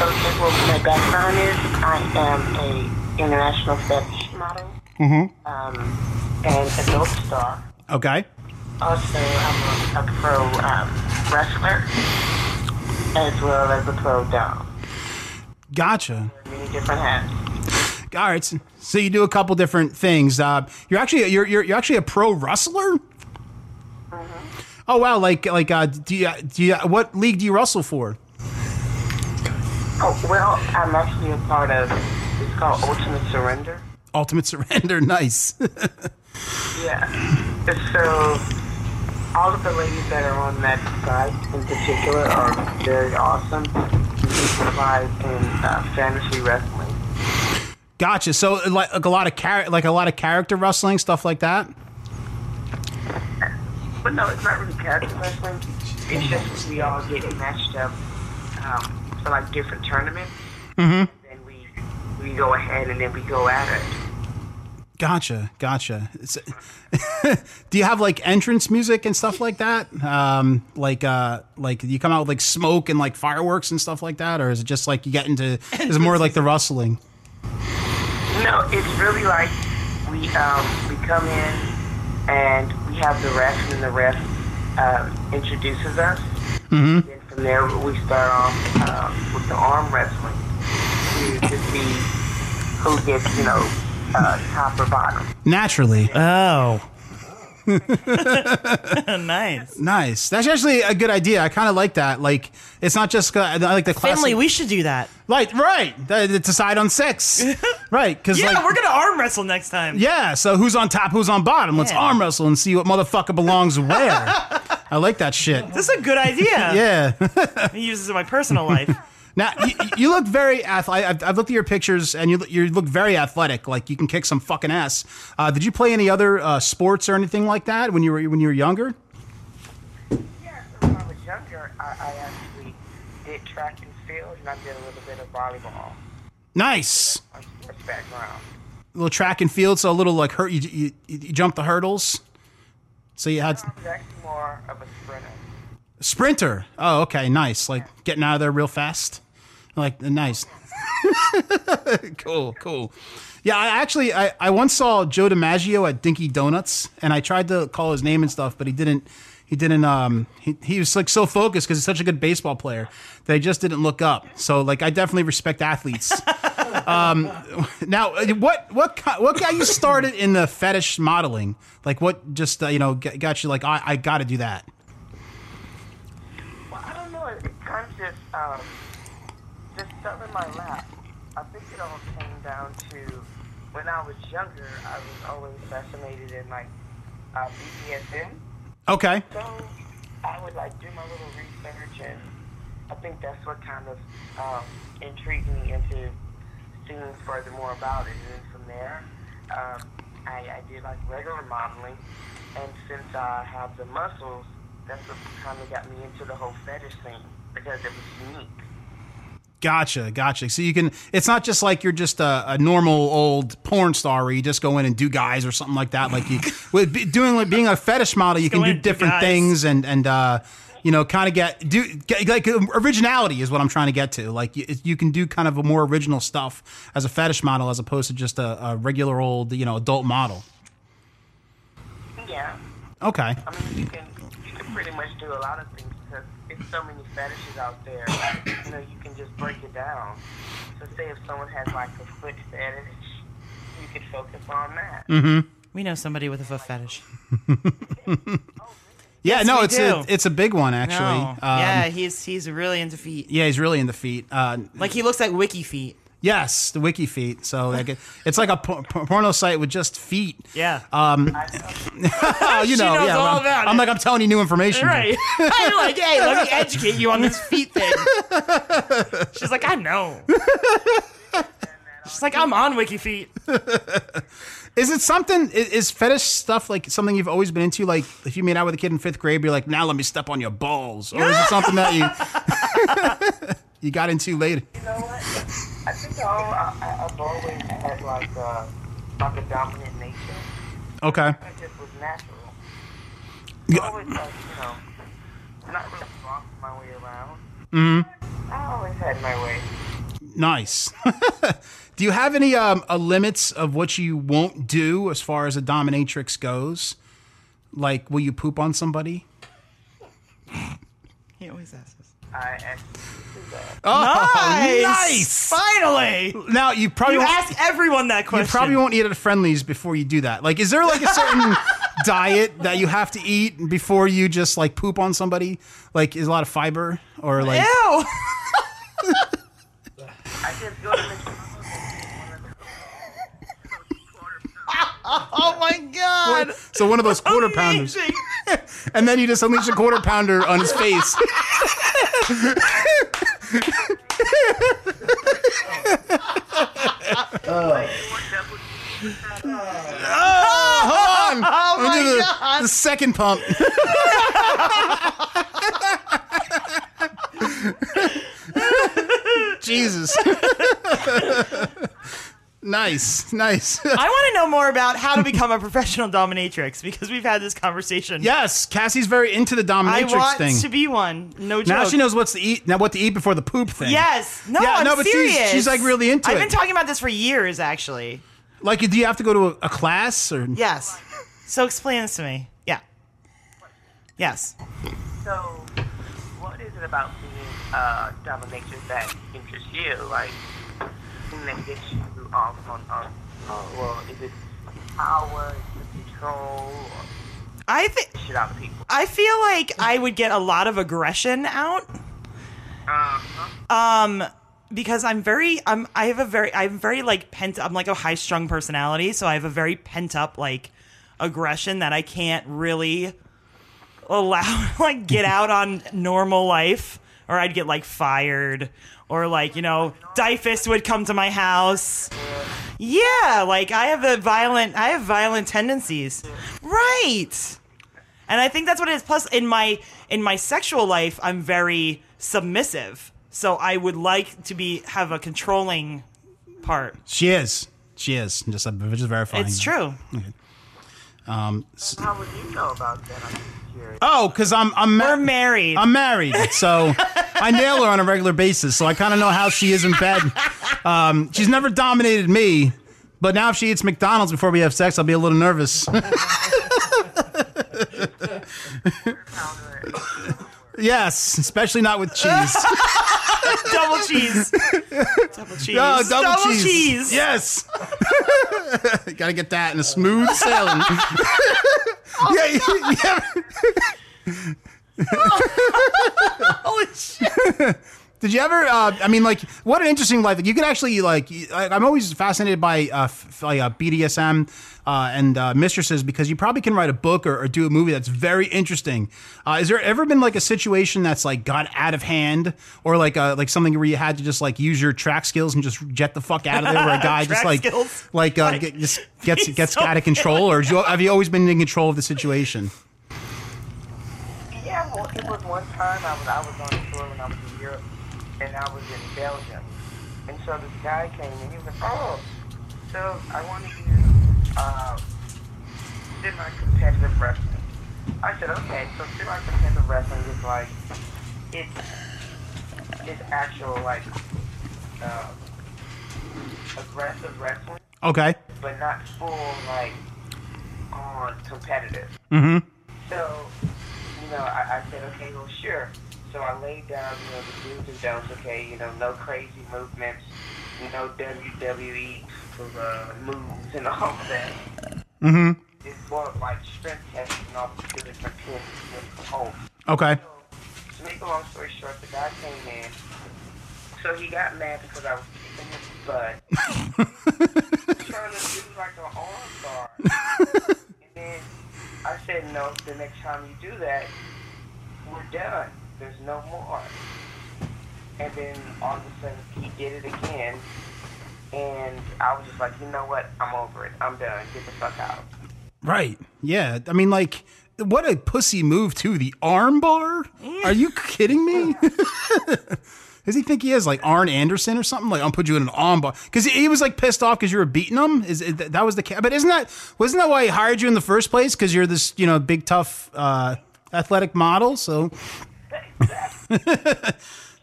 Speaker 4: Okay, well, my background is I am a international fetish model um, and adult star.
Speaker 2: Okay.
Speaker 4: Also, I'm a, a pro um, wrestler as well as a pro doll.
Speaker 2: Gotcha.
Speaker 4: Many different hats.
Speaker 2: All right. So, so you do a couple different things. Uh, you're actually you're, you're you're actually a pro wrestler. Oh wow! Like like uh, do you do you what league do you wrestle for?
Speaker 4: Oh, well, I'm actually a part of, it's called Ultimate Surrender.
Speaker 2: Ultimate Surrender. Nice.
Speaker 4: Yeah. So, all of the ladies that are on that site in particular are very awesome. They provide in uh, fantasy wrestling.
Speaker 2: gotcha. So like, like a lot of char- like a lot of character wrestling stuff like that.
Speaker 4: But no, it's not really character wrestling. It's just we all get matched up um, for like different tournaments.
Speaker 2: Mhm.
Speaker 4: Then we we go ahead and then we go at it.
Speaker 2: Gotcha, gotcha. It's, do you have like entrance music and stuff like that? Um, like, uh, like you come out with like smoke and like fireworks and stuff like that, or is it just like you get into? Is it more like the rustling?
Speaker 4: No, it's really like we um, we come in and we have the ref, and the ref um, introduces us. mm Then from there we start off um, with the arm wrestling to, to see who gets you know uh, top or bottom.
Speaker 2: Naturally, Uh,
Speaker 3: Oh. nice.
Speaker 2: nice. That's actually a good idea. I kind of like that. Like, it's not just uh, I like the classic.
Speaker 3: Finley, we should do that.
Speaker 2: right, right. Uh, Decide on six. right, because
Speaker 3: Yeah,
Speaker 2: like,
Speaker 3: we're gonna arm wrestle next time.
Speaker 2: Yeah, so who's on top, who's on bottom? Let's
Speaker 3: Yeah.
Speaker 2: arm wrestle and see what motherfucker belongs where. I like that shit.
Speaker 3: This is a good idea.
Speaker 2: Yeah.
Speaker 3: I use this in my personal life.
Speaker 2: Now you, you look very athletic. I've, I've looked at your pictures, and you look- you look very athletic. Like you can kick some fucking ass. Uh, did you play any other uh, sports or anything like that when you were when you were younger?
Speaker 4: Yeah, so when I was younger, I, I actually did track and field, and I did a little bit of volleyball.
Speaker 2: Nice
Speaker 4: My sports background.
Speaker 2: a little track and field, so a little like hurt. You you, you jumped the hurdles, so you had
Speaker 4: I was actually more of a sprinter.
Speaker 2: sprinter. Oh, okay, nice. Like getting out of there real fast. Like nice. cool, cool. Yeah, I actually I, I once saw Joe DiMaggio at Dinky Donuts, and I tried to call his name and stuff, but he didn't. He didn't. Um, he, he was like so focused because he's such a good baseball player that he just didn't look up. So like, I definitely respect athletes. Um, Now, uh, what what ki- what got you started in the fetish modeling? Like, what just uh, you know g- got you like I, I got to do that?
Speaker 4: Well, I don't know. It, it kind of just um, just fell in my lap. I think it all came down to when I was younger. I was always fascinated in like uh, BDSM,
Speaker 2: Okay,
Speaker 4: so I would like do my little research, and I think that's what kind of um, intrigued me into seeing further more about it. And then from there, um, I, I did like regular modeling, and since I have the muscles, that's what kind of got me into the whole fetish thing because it was unique.
Speaker 2: gotcha, gotcha. So you can. It's not just like you're just a, a normal old porn star where you just go in and do guys or something like that. Like you with be, doing like being a fetish model, you
Speaker 3: go
Speaker 2: can do
Speaker 3: in and do
Speaker 2: different
Speaker 3: guys.
Speaker 2: things and and. uh you know, kind of get do get, like um, originality is what I'm trying to get to. Like you, you can do kind of a more original stuff as a fetish model as opposed to just a, a regular old you know adult model.
Speaker 4: Yeah,
Speaker 2: Okay.
Speaker 4: I mean you can you can pretty much do a lot of things because there's so many fetishes out there. You know, you can just break it down. So say if someone has like a foot fetish, you could focus on that.
Speaker 3: We know somebody with a foot fetish.
Speaker 2: Yeah, no,
Speaker 3: we
Speaker 2: it's a
Speaker 3: do.
Speaker 2: it's a big one actually.
Speaker 3: No.
Speaker 2: Um,
Speaker 3: yeah, he's he's really into feet.
Speaker 2: yeah, he's really into feet. Uh,
Speaker 3: Like he looks like Wiki feet.
Speaker 2: yes, the wiki feet. So like, it- it's like a por- por- porno site with just feet.
Speaker 3: Yeah.
Speaker 2: Oh, you
Speaker 3: She
Speaker 2: know,
Speaker 3: knows
Speaker 2: yeah.
Speaker 3: all
Speaker 2: I'm,
Speaker 3: about
Speaker 2: I'm
Speaker 3: it.
Speaker 2: like I'm telling you new information. here.
Speaker 3: right. I'm like, hey, let me educate you on this feet thing. She's like, I know. She's like, I'm on Wiki feet.
Speaker 2: Is it something? i- Is fetish stuff like something you've always been into? Like if you made out with a kid in fifth grade, you're like, now let me step on your balls, or is it something that you you got into later?
Speaker 4: You know what? I think I, al- I, I- I've always had like a like a dominant nature.
Speaker 2: Okay.
Speaker 4: It just was natural. I always like you know not really lost my way around. Mm-hmm. I always had my way.
Speaker 2: Nice. do you have any um, uh, limits of what you won't do as far as a dominatrix goes? Like, will you poop on somebody?
Speaker 3: He always asks us.
Speaker 4: I actually do that.
Speaker 2: Oh,
Speaker 3: nice! Finally!
Speaker 2: Now you probably
Speaker 3: You
Speaker 2: won't,
Speaker 3: ask everyone that
Speaker 2: you
Speaker 3: question.
Speaker 2: probably won't eat at Friendlies before you do that. Like, is there like a certain diet that you have to eat before you just like poop on somebody? Like, is a lot of fiber or like?
Speaker 3: Ew!
Speaker 4: I just go to McDonald's and order
Speaker 3: Oh my god!
Speaker 2: So one of those quarter pounders,
Speaker 3: Amazing.
Speaker 2: and then you just unleash a quarter pounder on his face.
Speaker 4: double
Speaker 2: Hold on.
Speaker 3: Oh
Speaker 2: We'll do
Speaker 3: my
Speaker 2: the,
Speaker 3: Oh god!
Speaker 2: the second pump. Jesus. nice, nice.
Speaker 3: I want to know more about how to become a professional dominatrix because we've had this conversation.
Speaker 2: yes, Cassie's very into the
Speaker 3: I
Speaker 2: dominatrix
Speaker 3: want
Speaker 2: thing.
Speaker 3: to be one. No joke.
Speaker 2: now she knows what's to eat. Now what to eat before the poop thing.
Speaker 3: Yes. No,
Speaker 2: Yeah,
Speaker 3: I'm
Speaker 2: no, but she's-
Speaker 3: serious.
Speaker 2: she's, like really into
Speaker 3: I've
Speaker 2: it.
Speaker 3: been talking about this for years, actually.
Speaker 2: like, do you have to go to a, a class or?
Speaker 3: Yes. So explain this to me. Yeah. Yes.
Speaker 4: So, what is it about being uh, domination that interests you? Like, thing that gets you off on, on, on well, is it power, is it control, or
Speaker 3: I think
Speaker 4: shit out of people?
Speaker 3: I feel like I would get a lot of aggression out Um,
Speaker 4: Uh-huh.
Speaker 3: because I'm very I'm I have a very I'm very like pent I'm like a high strung personality, so I have a very pent up like aggression that I can't really allow like get out on normal life or I'd get like fired or like, you know, Dyfus would come to my house. Yeah, like I have a violent I have violent tendencies. Right. And I think that's what it is. Plus, in my in my sexual life, I'm very submissive, so I would like to be have a controlling part.
Speaker 2: She is. She is. I'm just, I'm just verifying.
Speaker 3: It's
Speaker 2: that.
Speaker 3: true.
Speaker 4: How would you know about that? I'm just curious.
Speaker 2: Oh, because I'm I'm ma-
Speaker 3: We're married.
Speaker 2: I'm married, so I nail her on a regular basis. So I kind of know how she is in bed. Um, she's never dominated me, but now if she eats McDonald's before we have sex, I'll be a little nervous.
Speaker 4: Counter-
Speaker 2: yes, especially not with cheese.
Speaker 3: double cheese. double cheese.
Speaker 2: Oh, double, cheese. Yes. Gotta get that in a smooth sailing. yeah,
Speaker 3: Oh,
Speaker 2: you- you ever-
Speaker 3: Holy shit.
Speaker 2: Did you ever? Uh, I mean, like, what an interesting life. Like, you can actually like. you- I, I'm always fascinated by uh, f- like, uh, BDSM uh, and uh, mistresses because you probably can write a book or, or do a movie that's very interesting. Uh, is there ever been like a situation that's like got out of hand or like uh, like something where you had to just like use your track skills and just jet the fuck out of there where a guy just
Speaker 3: Track
Speaker 2: like
Speaker 3: skills.
Speaker 2: like, uh,
Speaker 3: Like,
Speaker 2: get, just gets
Speaker 3: he's
Speaker 2: gets
Speaker 3: so
Speaker 2: out of control or do you, have you always been in control of the situation?
Speaker 4: Yeah, well, it was one time I was I was on a tour when I was in Europe, and I was in Belgium, and so this guy came and he was like, "Oh, so I want to do uh, semi-competitive wrestling." I said, "Okay, so semi-competitive wrestling is like it's it's actual like uh, aggressive wrestling,
Speaker 2: Okay.
Speaker 4: but not full like on competitive."
Speaker 2: Mm-hmm.
Speaker 4: So, you know, I, I said, okay, well, sure. So I laid down, you know, the do's and don'ts, okay, you know, no crazy movements, you know, WWE uh, moves and all of that.
Speaker 2: Mm-hmm.
Speaker 4: It's more like strength testing and all the different pins and different holes.
Speaker 2: Okay.
Speaker 4: So, to make a long story short, the guy came in. So he got mad because I was kicking his butt. trying to do like an arm bar. and then I said, no, the next time you do that, we're done. There's no more. And then all of a sudden he did it again. And I was just like, you know what? I'm over it. I'm done. Get the fuck out.
Speaker 2: Right. Yeah. I mean, like, what a pussy move too. The arm bar? Are you kidding me? Does he think he is like Arn Anderson or something? Like, I'll put you in an arm bar because he, he was like pissed off because you were beating him. Is is that that was the ca- but isn't that wasn't that why he hired you in the first place? Because you're this you know big tough uh, athletic model. So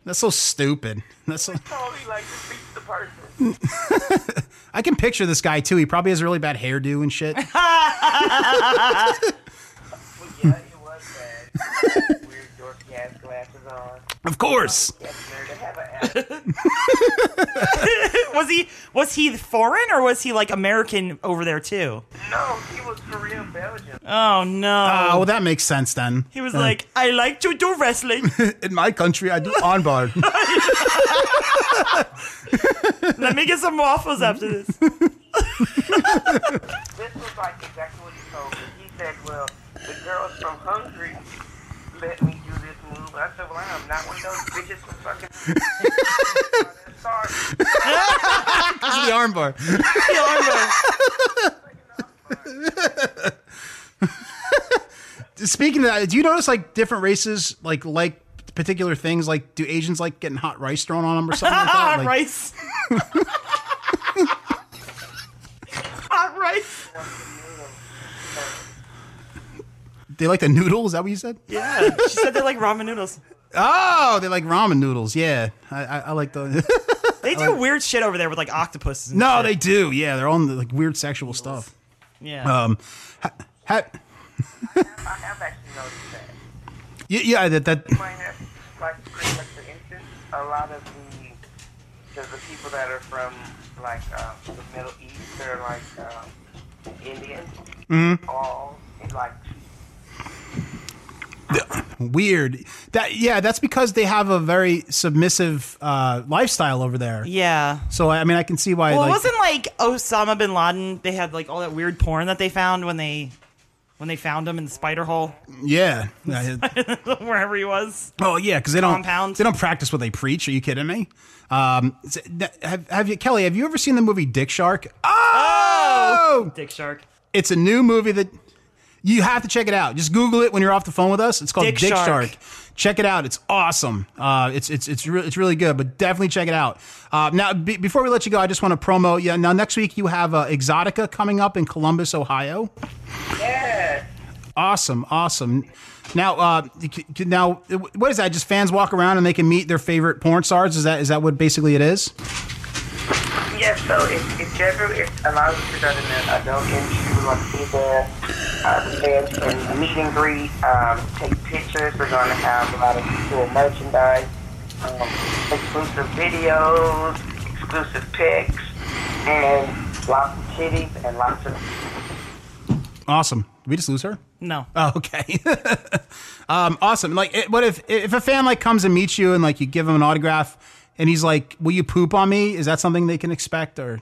Speaker 2: that's so stupid. That's so,
Speaker 4: Totally like defeats the person.
Speaker 2: I can picture this guy too. He probably has a really bad hairdo and shit.
Speaker 4: But yeah, it was bad. Weird dorky ass glasses on.
Speaker 2: of course.
Speaker 4: Yes, nerd, I have an ass.
Speaker 3: Was he was he foreign or was he like American over there too?
Speaker 4: No, he was Korean Belgian.
Speaker 3: Oh no.
Speaker 2: Oh, well, that makes sense then.
Speaker 3: he was
Speaker 2: Uh,
Speaker 3: like, I like to do wrestling.
Speaker 2: in my country, I do on bar.
Speaker 3: Let me get some waffles after this.
Speaker 4: This was like exactly what he told me. He said, Well, the girls from Hungary let me do this move. I said, Well, I'm not one of those bitches from fucking. Sorry.
Speaker 2: the armbar.
Speaker 3: The arm bar.
Speaker 2: Speaking of that, do you notice like different races like like particular things? Like, do Asians like getting hot rice thrown on them or something like that?
Speaker 3: Hot
Speaker 2: Like,
Speaker 3: rice. Hot rice.
Speaker 2: They like the noodles. Is that what you said?
Speaker 3: Yeah, she said they like ramen noodles.
Speaker 2: Oh, they like ramen noodles. Yeah, I, I, I like the.
Speaker 3: They do weird shit over there with like octopuses. And
Speaker 2: no,
Speaker 3: shit.
Speaker 2: they do. Yeah, they're on the, like weird sexual stuff.
Speaker 3: Yeah.
Speaker 2: Um, ha, ha,
Speaker 4: I have actually noticed that.
Speaker 2: yeah, yeah, that that.
Speaker 4: Mine have, like, pretty much for instance, a lot of the, the, the people that are from, like, um, the Middle East, they're, like, um, Indians, all, and, like,
Speaker 2: weird. That yeah, that's because they have a very submissive uh, lifestyle over there.
Speaker 3: yeah.
Speaker 2: So I mean, I can see why.
Speaker 3: Well,
Speaker 2: like,
Speaker 3: it wasn't like Osama bin Laden. They had like all that weird porn that they found when they when they found him in the spider hole,
Speaker 2: yeah. Yeah, yeah.
Speaker 3: wherever he was.
Speaker 2: oh yeah, because they don't
Speaker 3: Compound.
Speaker 2: they don't practice what they preach. Are you kidding me? Um, s- that- have, have you Kelly? Have you ever seen the movie Dick Shark? Oh,
Speaker 3: Dick Shark.
Speaker 2: it's a new movie that you have to check it out. Just Google it when you're off the phone with us. It's called
Speaker 3: Dick
Speaker 2: Dick,
Speaker 3: Shark.
Speaker 2: Shark. Check it out. It's awesome. Uh, it's it's it's re- it's really good. But definitely check it out. Uh, now, be before we let you go, I just want to promo. Yeah. Now next week you have uh, Exotica coming up in Columbus, Ohio.
Speaker 4: yeah.
Speaker 2: Awesome, awesome. Now, uh, you c- c- now what is that? Just fans walk around and they can meet their favorite porn stars. Is that is that what basically it is?
Speaker 4: Yeah, so it, it generally it allows you to go to the adult industry. We're going to see the uh, the fans and meet and greet, um, take pictures. We're going to have a lot of cool merchandise, um, exclusive videos, exclusive pics, and lots of titties and lots of
Speaker 2: Awesome. Did we just lose her?
Speaker 3: No.
Speaker 2: Oh, okay. um, awesome. Like, it, what if if a fan like comes and meets you and like you give him an autograph and he's like, "Will you poop on me?" Is that something they can expect or?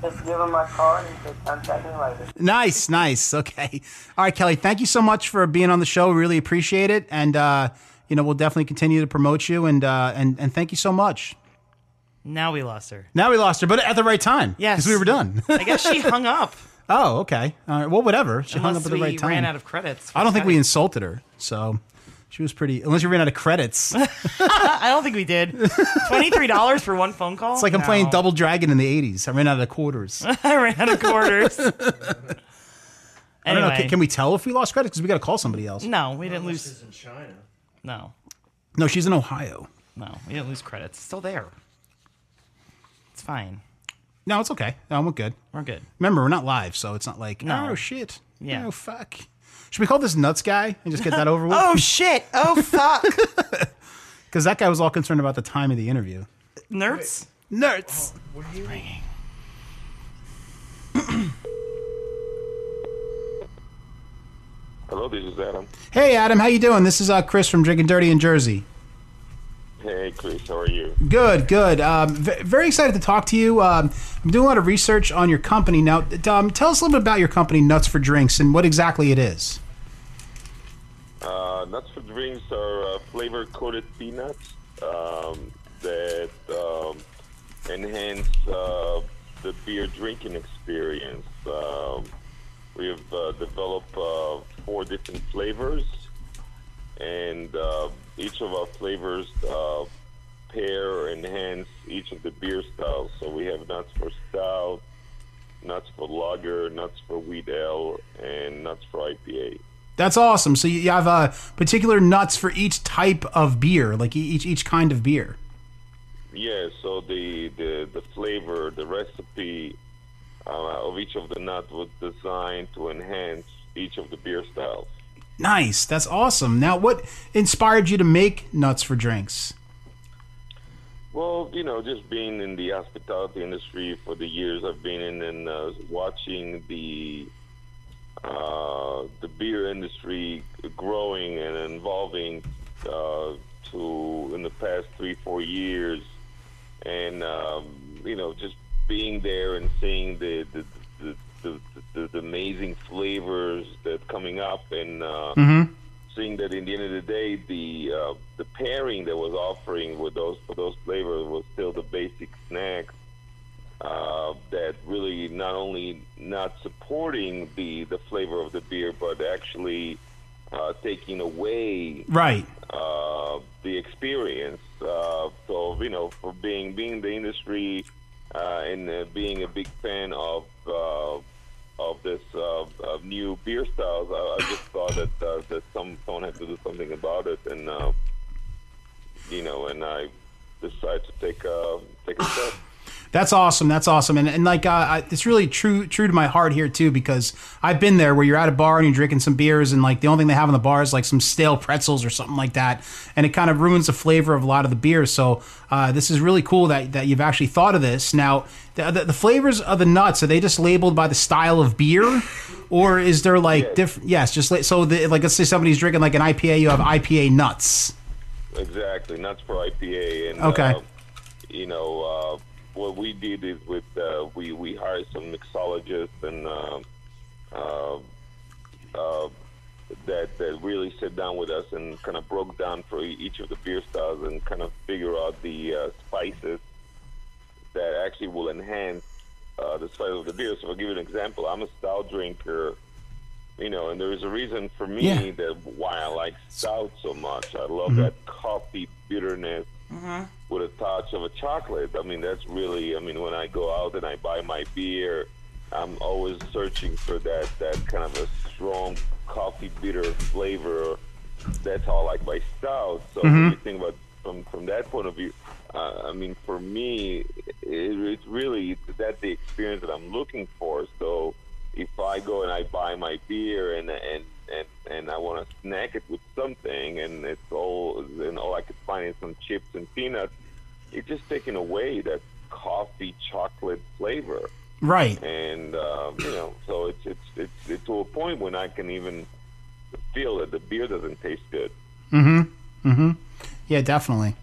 Speaker 4: Just give them my card and say contact me later.
Speaker 2: Nice, nice. Okay. All right, Kelly. Thank you so much for being on the show. We Really appreciate it, and uh, you know we'll definitely continue to promote you and uh, and and thank you so much.
Speaker 3: Now we lost her.
Speaker 2: Now we lost her, but at the right time.
Speaker 3: Yes.
Speaker 2: because we were done.
Speaker 3: I guess she hung up.
Speaker 2: oh, okay. All right. Well, whatever. She hung
Speaker 3: Unless
Speaker 2: up at the
Speaker 3: we
Speaker 2: right time.
Speaker 3: ran out of credits.
Speaker 2: I don't think we insulted her, so she was pretty. Unless you ran out of credits.
Speaker 3: Uh, I don't think we did. Twenty three dollars for one phone call.
Speaker 2: It's like I'm playing Double Dragon in the 80s. I ran out of quarters. I
Speaker 3: I ran out of quarters. anyway,
Speaker 2: don't know. Can, can we tell if we lost credit? Because we got to call somebody else.
Speaker 3: No, we didn't lose.
Speaker 5: This is in China.
Speaker 3: No,
Speaker 2: No, she's in Ohio.
Speaker 3: no, we didn't lose credits. It's still there. It's fine.
Speaker 2: No, it's okay. No, we're good.
Speaker 3: We're good.
Speaker 2: Remember, we're not live, so it's not like,
Speaker 3: No.
Speaker 2: oh, shit.
Speaker 3: Yeah.
Speaker 2: Oh, fuck. Should we call this nuts guy and just get that over with?
Speaker 3: Oh shit! Oh fuck!
Speaker 2: Because that guy was all concerned about the time of the interview.
Speaker 3: Nerds.
Speaker 2: Nerds.
Speaker 5: Were you?
Speaker 6: Hello, this is Adam.
Speaker 2: Hey, Adam, how you doing? This is uh, Chris from Drinking Dirty in Jersey.
Speaker 6: Hey, Chris, how are you?
Speaker 2: Good, good. Um, v- very excited to talk to you. Um, I'm doing a lot of research on your company. Now, um, tell us a little bit about your company, Nuts for Drinks, and what exactly it is.
Speaker 6: Uh, nuts for drinks are uh, flavor-coated peanuts um, that um, enhance uh, the beer drinking experience. Um, we have uh, developed uh, four different flavors, and uh, each of our flavors uh, pair or enhance each of the beer styles. So we have nuts for stout, nuts for lager, nuts for wheat ale, and nuts for IPA.
Speaker 2: That's awesome. So you you have uh, particular nuts for each type of beer, like e- each each kind of beer.
Speaker 6: Yeah, so the the, the flavor, the recipe uh, of each of the nuts was designed to enhance each of the beer styles.
Speaker 2: Nice. That's awesome. Now, what inspired you to make nuts for drinks?
Speaker 6: Well, you know, just being in the hospitality industry for the years I've been in, and uh, watching the uh, the beer industry growing and evolving uh, to in the past three, four years, and um, you know, just being there and seeing the the the, the, the, the amazing flavors that coming up and. Uh, seeing that in the end of the day, the uh, the pairing that was offering with those for those flavors was still the basic snacks uh, that really not only not supporting the the flavor of the beer, but actually uh, taking away
Speaker 2: Right.
Speaker 6: uh, the experience. Uh, so you know, for being being in the industry uh, and uh, being a big fan of uh, of this uh, of new beer styles, I, I just thought that uh, that some someone had to do something about it, and uh, you know, and I decided to take uh, take a step.
Speaker 2: That's awesome. That's awesome. And, and like, uh, I, it's really true, true to my heart here too, because I've been there where you're at a bar and you're drinking some beers and like the only thing they have on the bar is like some stale pretzels or something like that. And it kind of ruins the flavor of a lot of the beers. So, uh, this is really cool that, that you've actually thought of this. Now, the, the, the flavors of the nuts, are they just labeled by the style of beer? Or is there like different? Yes, just like, so the, like, let's say somebody's drinking like an IPA, you have IPA nuts.
Speaker 6: Exactly, nuts for IPA. And,
Speaker 2: Okay.
Speaker 6: Uh, you know, uh, what we did is with uh, we we hired some mixologists and uh, uh, uh, that that really sat down with us and kind of broke down for e- each of the beer styles and kind of figure out the uh, spices that actually will enhance uh, the spice of the beer. So I'll give you an example. I'm a stout drinker, you know, and there is a reason for me
Speaker 2: Yeah.
Speaker 6: that why I like stout so much. I love that coffee bitterness with a touch of a chocolate. I mean, that's really. I mean, when I go out and I buy my beer, I'm always searching for that that kind of a strong coffee bitter flavor. That's how I like my stout. So when you think about from from that point of view, uh, I mean, for me, it, it's really that's the experience that I'm looking for. So if I go and I buy my beer and and and, and I want to snack it with something, and it's all and all I could find is some chips and peanuts, it's just taking away that coffee chocolate flavor,
Speaker 2: Right.
Speaker 6: and uh, you know, so it's, it's it's it's to a point when I can even feel that the beer doesn't taste good.
Speaker 2: Yeah, definitely.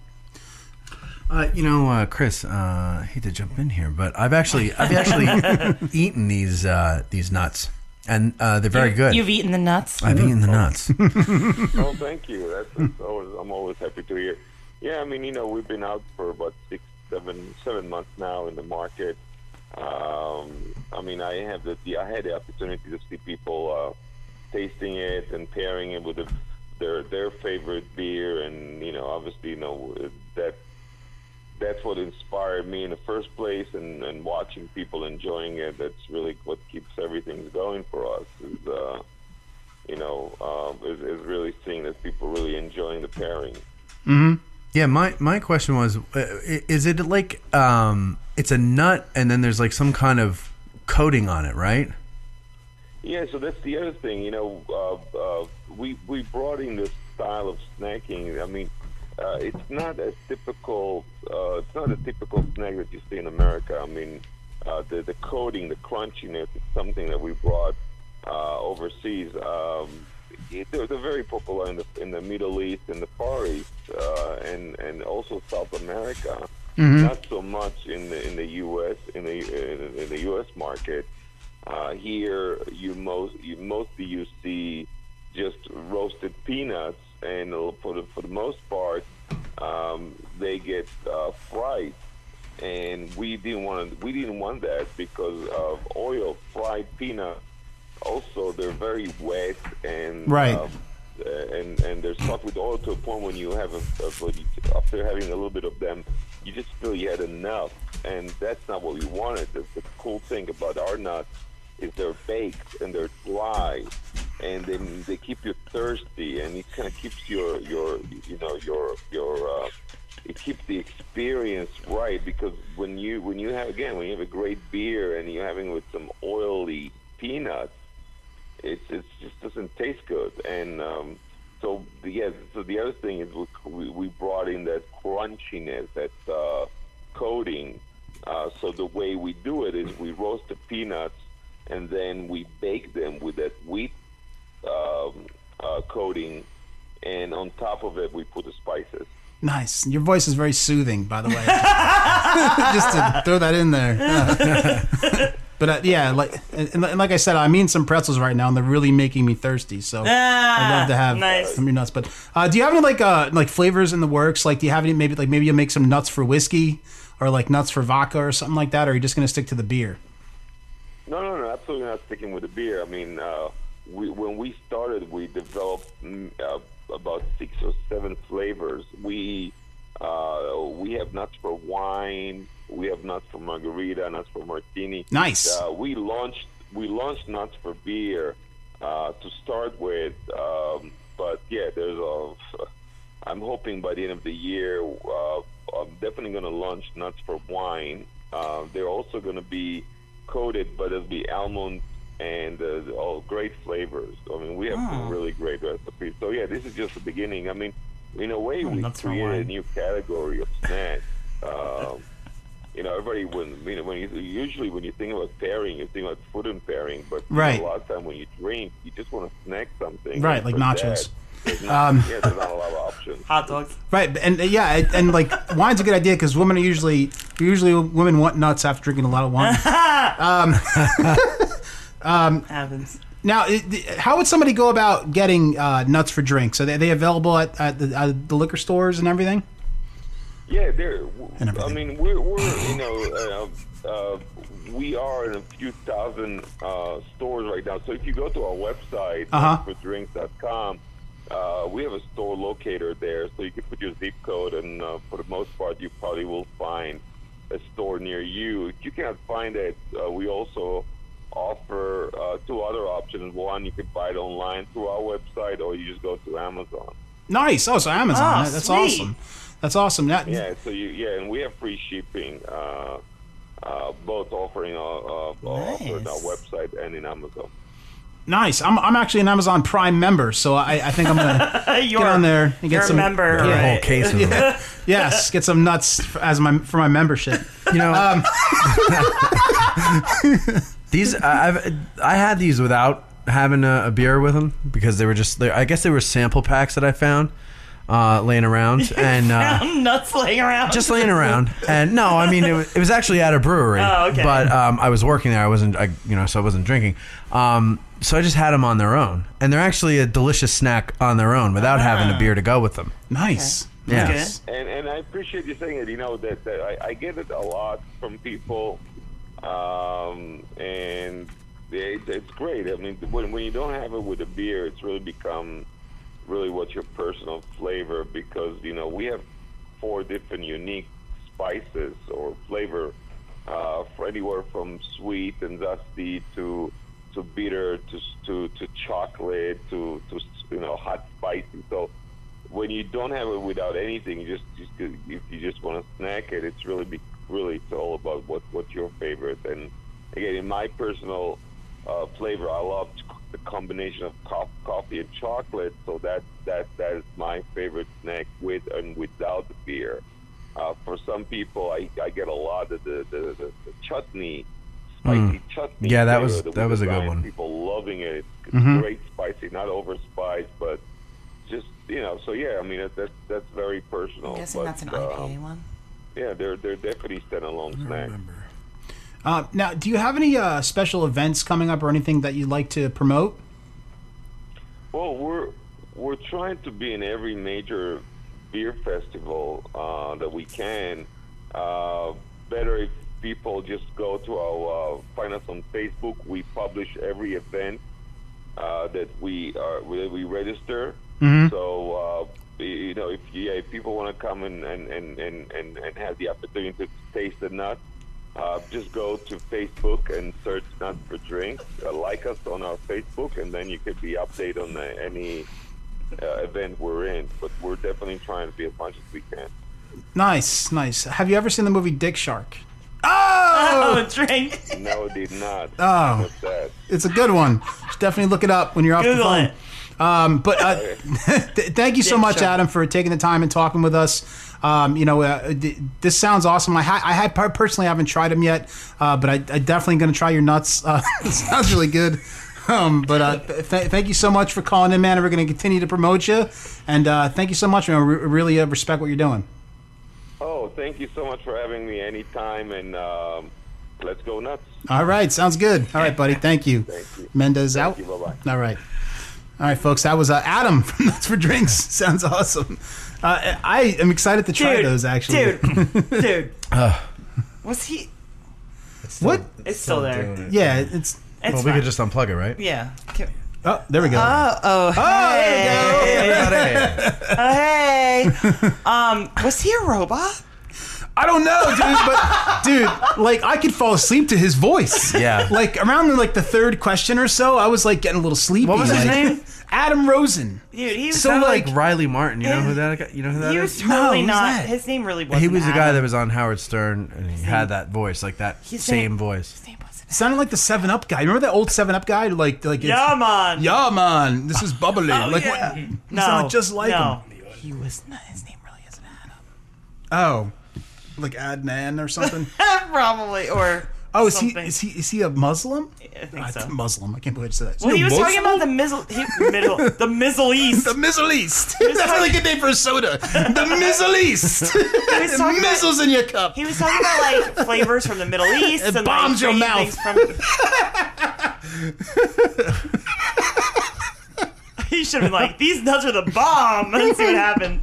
Speaker 5: Uh, you know, uh, Chris, uh, I hate to jump in here, but I've actually I've actually eaten these uh, these nuts, and uh, they're very good.
Speaker 7: You've eaten the nuts.
Speaker 5: I've eaten the nuts.
Speaker 6: Oh, thank you. That's, that's always, I'm always happy to hear. Yeah, I mean, you know, we've been out for about six, seven, seven months now in the market. Um, I mean, I have the, the I had the opportunity to see people uh, tasting it and pairing it with the, their their favorite beer, and you know, obviously, you know that that's what inspired me in the first place, and, and watching people enjoying it. That's really what keeps everything going for us. Is uh, you know, um, is, is really seeing that people really enjoying the pairing.
Speaker 5: Yeah, my my question was, uh, i- is it like um, it's a nut and then there's like some kind of coating on it, right?
Speaker 6: Yeah, so that's the other thing. You know, uh, uh, we we brought in this style of snacking. I mean, uh, it's not a typical uh, it's not a typical snack that you see in America. I mean, uh, the the coating, the crunchiness, is something that we brought uh, overseas. Um, it, they're, they're very popular in the in the Middle East and the Far East, uh, and and also South America. Not so much in the in the U.S. in the uh, in, in the U.S. market. Uh, here, you most you mostly you see just roasted peanuts, and uh, for the, for the most part, um, they get uh, fried. And we didn't want we didn't want that because of oil fried peanuts. Also, they're very wet and
Speaker 2: Right.
Speaker 6: uh, and and they're stuffed with oil to a point when you have a, a when you- after having a little bit of them, you just feel you had enough, and that's not what we wanted. The, the cool thing about our nuts is they're baked and they're dry, and they they keep you thirsty, and it kind of keeps your your you know your your uh, it keeps the experience right because when you when you have again when you have a great beer and you're having it with some oily peanuts it, it just doesn't taste good. And um, so, the- yeah, so the other thing is we- we, we brought in that crunchiness, that uh, coating. Uh, so the way we do it is we roast the peanuts and then we bake them with that wheat um, uh, coating. And on top of it, we put the spices.
Speaker 2: Nice. Your voice is very soothing, by the way. Just to throw that in there. Yeah. but uh, yeah, like and, and like I said, I'm eating some pretzels right now, and they're really making me thirsty. So I'd love to have
Speaker 3: nice.
Speaker 2: some of your nuts. But uh, do you have any like uh, like flavors in the works? Like, do you have any maybe like maybe you'll make some nuts for whiskey, or like nuts for vodka, or something like that? Or are you just gonna stick to the beer?
Speaker 6: No, no, no, absolutely not sticking with the beer. I mean, uh, we, when we started, we developed mm, uh, about six or seven flavors. We uh, we have nuts for wine. We have nuts for margarita, nuts for martini.
Speaker 2: Nice.
Speaker 6: Uh, we launched we launched nuts for beer uh, to start with, um, but yeah, there's a. I'm hoping by the end of the year, uh, I'm definitely going to launch nuts for wine. Uh, they're also going to be coated, but it'll be almond and uh, all great flavors. I mean, we have some really great recipes. So yeah, this is just the beginning. I mean, in a way, we
Speaker 3: nuts for
Speaker 6: created a
Speaker 3: wine.
Speaker 6: new category of snack. Um, you know, everybody when you know when you usually when you think about pairing, you think about food and pairing, but you know,
Speaker 2: Right.
Speaker 6: a lot of time when you drink, you just want to snack something.
Speaker 2: Right,
Speaker 6: And
Speaker 2: like
Speaker 6: for
Speaker 2: nachos.
Speaker 6: that, there's not-
Speaker 2: Um,
Speaker 6: yeah, there's not a lot of options.
Speaker 3: Hot dogs.
Speaker 2: Right, and uh, yeah, and- and like wine's a good idea because women are usually usually women want nuts after drinking a lot of wine.
Speaker 3: Happens.
Speaker 2: now, it- it- how would somebody go about getting uh, nuts for drinks? Are they, are they available at, at, the, at the liquor stores and everything?
Speaker 6: Yeah, there.
Speaker 2: And
Speaker 6: I
Speaker 2: everything.
Speaker 6: mean, we're, we're you know, uh, uh, we are in a few thousand uh, stores right now. So if you go to our website,
Speaker 2: Uh-huh.
Speaker 6: fooddrinks.com, uh, we have a store locator there. So you can put your zip code, and uh, for the most part, you probably will find a store near you. If you cannot find it, uh, we also offer uh, two other options. One, you can buy it online through our website, or you just go to Amazon.
Speaker 2: Nice. Oh, so Amazon.
Speaker 3: Oh,
Speaker 2: That- that's
Speaker 3: sweet.
Speaker 2: awesome. That's awesome. That,
Speaker 6: Yeah, so you yeah, and we have free shipping. Uh, uh, both offering our, uh, offer on our
Speaker 3: Nice.
Speaker 6: website and in Amazon.
Speaker 2: Nice. I'm, I'm actually an Amazon Prime member, so I, I think I'm gonna
Speaker 3: you're,
Speaker 2: on there and get
Speaker 3: you're
Speaker 2: some-
Speaker 3: a member.
Speaker 5: A whole
Speaker 3: right?
Speaker 5: case of them.
Speaker 2: yes get some nuts f- as my for my membership.
Speaker 5: You know,
Speaker 3: Um,
Speaker 5: these I- I've I had these without having a, a beer with them because they were just they, I guess they were sample packs that I found uh, laying around and uh,
Speaker 3: nuts laying around.
Speaker 5: just laying around. And no, I mean it was, it was actually at a brewery,
Speaker 3: Oh, okay.
Speaker 5: but um, I was working there. I wasn't I, you know so I wasn't drinking. Um, so I just had them on their own, and they're actually a delicious snack on their own
Speaker 3: Ah.
Speaker 5: without having a beer to go with them.
Speaker 2: Nice.
Speaker 5: Yeah.
Speaker 2: Nice.
Speaker 6: And and I appreciate you saying it. You know that, that I, I get it a lot from people, um, and it, it's great. I mean, when when you don't have it with a beer, it's really become really what's your personal flavor because you know we have four different unique spices or flavor uh, for anywhere from sweet and zesty to to bitter to to, to chocolate to to you know hot spicy. So when you don't have it without anything, you just, just if you just want to snack it, it's really be, really it's all about what what's your favorite. And again, in my personal uh, flavor, I love c- the combination of co- coffee and chocolate. So that that that is my favorite snack with and without the beer. Uh, for some people, I, I get a lot of the the, the, the chutney, spicy chutney.
Speaker 5: Hmm. Yeah, that
Speaker 6: flavor
Speaker 5: was-
Speaker 6: of the
Speaker 5: that was a good
Speaker 6: Wisconsin
Speaker 5: one. Mm-hmm.
Speaker 6: People loving it. It's great spicy, not over spiced, but just you know, so yeah, I mean that, that that's very personal.
Speaker 7: I'm guessing
Speaker 6: but,
Speaker 7: that's an
Speaker 6: um,
Speaker 7: IPA one.
Speaker 6: yeah, they're they're definitely standalone snacks.
Speaker 2: Uh, now, do you have any uh, special events coming up or anything that you'd like to promote?
Speaker 6: Well, we're we're trying to be in every major beer festival uh, that we can. Uh, better if people just go to our uh, find us on Facebook. We publish every event uh, that we are that we register. So uh, you know, if yeah, if people want to come and and, and, and, and and have the opportunity to taste the nut, uh, just go to Facebook and search Nut for Drinks. Uh, like us on our Facebook, and then you could be updated on uh, any uh, event we're in. But we're definitely trying to be as much as we can.
Speaker 2: Nice, nice. Have you ever seen the movie Dick Shark? Oh,
Speaker 3: Oh, drink.
Speaker 6: No, did not.
Speaker 2: Oh.
Speaker 6: What's that?
Speaker 2: it's a good one. You should definitely look it up when you're off
Speaker 3: Google
Speaker 2: the
Speaker 3: it.
Speaker 2: phone. Um, but uh, th- thank you so
Speaker 3: Dick
Speaker 2: much,
Speaker 3: Shark.
Speaker 2: Adam, for taking the time and talking with us. Um, you know, uh, th- this sounds awesome. I, ha- I had personally haven't tried them yet, uh, but I, I definitely going to try your nuts. Uh, it sounds really good. Um, but uh, th- th- thank you so much for calling in, man. And we're going to continue to promote you. And uh, thank you so much. Man. I re- really uh, respect what you're doing.
Speaker 6: Oh, thank you so much for having me anytime, and um, let's go nuts.
Speaker 2: All right, sounds good. All right, buddy. Thank you.
Speaker 6: you.
Speaker 2: Mendez out.
Speaker 6: you, bye-bye.
Speaker 2: All right. All right, folks. That was uh, Adam from Nuts for Drinks. Sounds awesome. Uh, I am excited to try
Speaker 3: Dude,
Speaker 2: those. Actually,
Speaker 3: dude, dude. Was he?
Speaker 2: what?
Speaker 3: It's still there.
Speaker 2: Yeah, it's
Speaker 3: It's
Speaker 5: Well, we
Speaker 3: fine.
Speaker 5: could just unplug it, right?
Speaker 3: yeah. Can-
Speaker 2: Oh, there we go.
Speaker 3: Uh oh.
Speaker 2: there
Speaker 3: Hey.
Speaker 5: I
Speaker 3: Oh, hey. um, was he a robot?
Speaker 2: I don't know, dude, but dude, like I could fall asleep to his voice.
Speaker 5: Yeah.
Speaker 2: Like around like the third question or so, I was like getting a little sleepy.
Speaker 5: was his
Speaker 2: like-
Speaker 5: name?
Speaker 2: Adam Rosen.
Speaker 3: Dude, he was
Speaker 2: So,
Speaker 3: kinda
Speaker 2: like,
Speaker 5: like Riley Martin. You know who that? guy- You know who that
Speaker 3: eh, he
Speaker 5: is?
Speaker 3: was totally
Speaker 2: who's
Speaker 3: not.
Speaker 2: that?
Speaker 3: His name really wasn't.
Speaker 5: He was the guy
Speaker 3: Adam.
Speaker 5: that was on Howard Stern, and he had that voice, like that
Speaker 3: His
Speaker 5: same
Speaker 3: name-
Speaker 5: voice.
Speaker 3: His name wasn't.
Speaker 2: Sounded like the Seven Up guy. Remember that old Seven Up guy? Like, like it's-
Speaker 3: Yeah, man.
Speaker 2: yeah, man, this is bubbly. like,
Speaker 3: Oh, yeah.
Speaker 2: what? he
Speaker 3: No,
Speaker 2: sounded just like
Speaker 3: no.
Speaker 2: him.
Speaker 3: He was not. His name really isn't Adam.
Speaker 2: Oh, like Adnan or something.
Speaker 3: Probably or.
Speaker 2: Oh, is
Speaker 3: something.
Speaker 2: he is he is he a Muslim?
Speaker 3: I think
Speaker 2: Ah,
Speaker 3: so.
Speaker 2: Muslim. I can't believe I just said that.
Speaker 3: Well, he was
Speaker 2: Muslim?
Speaker 3: talking about the middle, he, middle, the Middle East.
Speaker 2: The Middle East. That's a really good name for a soda. The Middle East.
Speaker 3: talking about-
Speaker 2: Missiles in your cup.
Speaker 3: He was talking about like flavors from the Middle East and like,
Speaker 2: bombs your
Speaker 3: crazy
Speaker 2: mouth.
Speaker 3: things From... he should have been like, "These nuts are the bomb." and see what happened.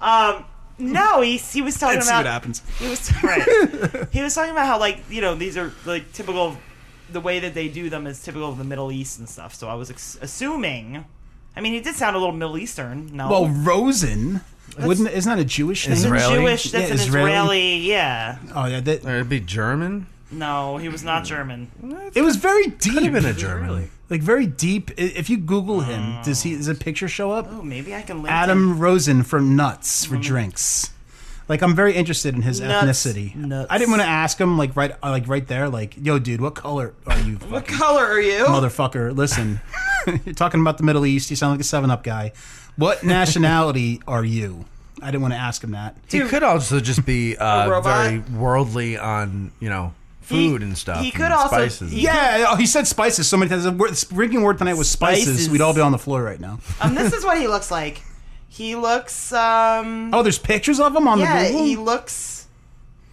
Speaker 3: Um, no, he he was talking
Speaker 2: Let's see what
Speaker 3: about
Speaker 2: happens.
Speaker 3: he was right. he was talking about how like you know these are like typical of the way that they do them is typical of the Middle East and stuff. So I was ex- assuming. I mean, he did sound a little Middle Eastern. No,
Speaker 2: Well, Rosen wouldn't isn't that a Jewish name?
Speaker 5: Israeli.
Speaker 3: Jewish. That's
Speaker 2: Yeah,
Speaker 3: an
Speaker 2: Israeli.
Speaker 3: Israeli. Yeah.
Speaker 2: Oh yeah, that,
Speaker 5: Or it'd be German.
Speaker 3: No, he was not German.
Speaker 2: it was very
Speaker 5: Could have
Speaker 2: deep.
Speaker 5: been a German.
Speaker 2: Like very deep. I- If you Google him, does he does a picture show up?
Speaker 3: Oh, maybe I can link him.
Speaker 2: Adam Rosen for nuts for drinks. Like I'm very interested in his
Speaker 3: Mm-hmm. Nuts.
Speaker 2: ethnicity.
Speaker 3: Nuts.
Speaker 2: I didn't want to ask him like right uh, like right there like yo dude what color are you
Speaker 3: What
Speaker 2: fucking
Speaker 3: color are you?
Speaker 2: motherfucker listen you're talking about the Middle East you sound like a Seven Up guy what nationality are you I didn't want to ask him that
Speaker 5: He could also just be uh,
Speaker 3: robot?
Speaker 5: very worldly on you know food
Speaker 3: He-
Speaker 5: and stuff.
Speaker 3: he could
Speaker 5: and
Speaker 3: also-
Speaker 5: spices.
Speaker 3: he-
Speaker 2: yeah oh, he said spices so many times the word, the drinking word tonight was spices.
Speaker 3: Spices.
Speaker 2: we'd all be on the floor right now
Speaker 3: Um, this is what he looks like. He looks. Um,
Speaker 2: oh there's pictures of him on
Speaker 3: yeah,
Speaker 2: the Google
Speaker 3: he looks.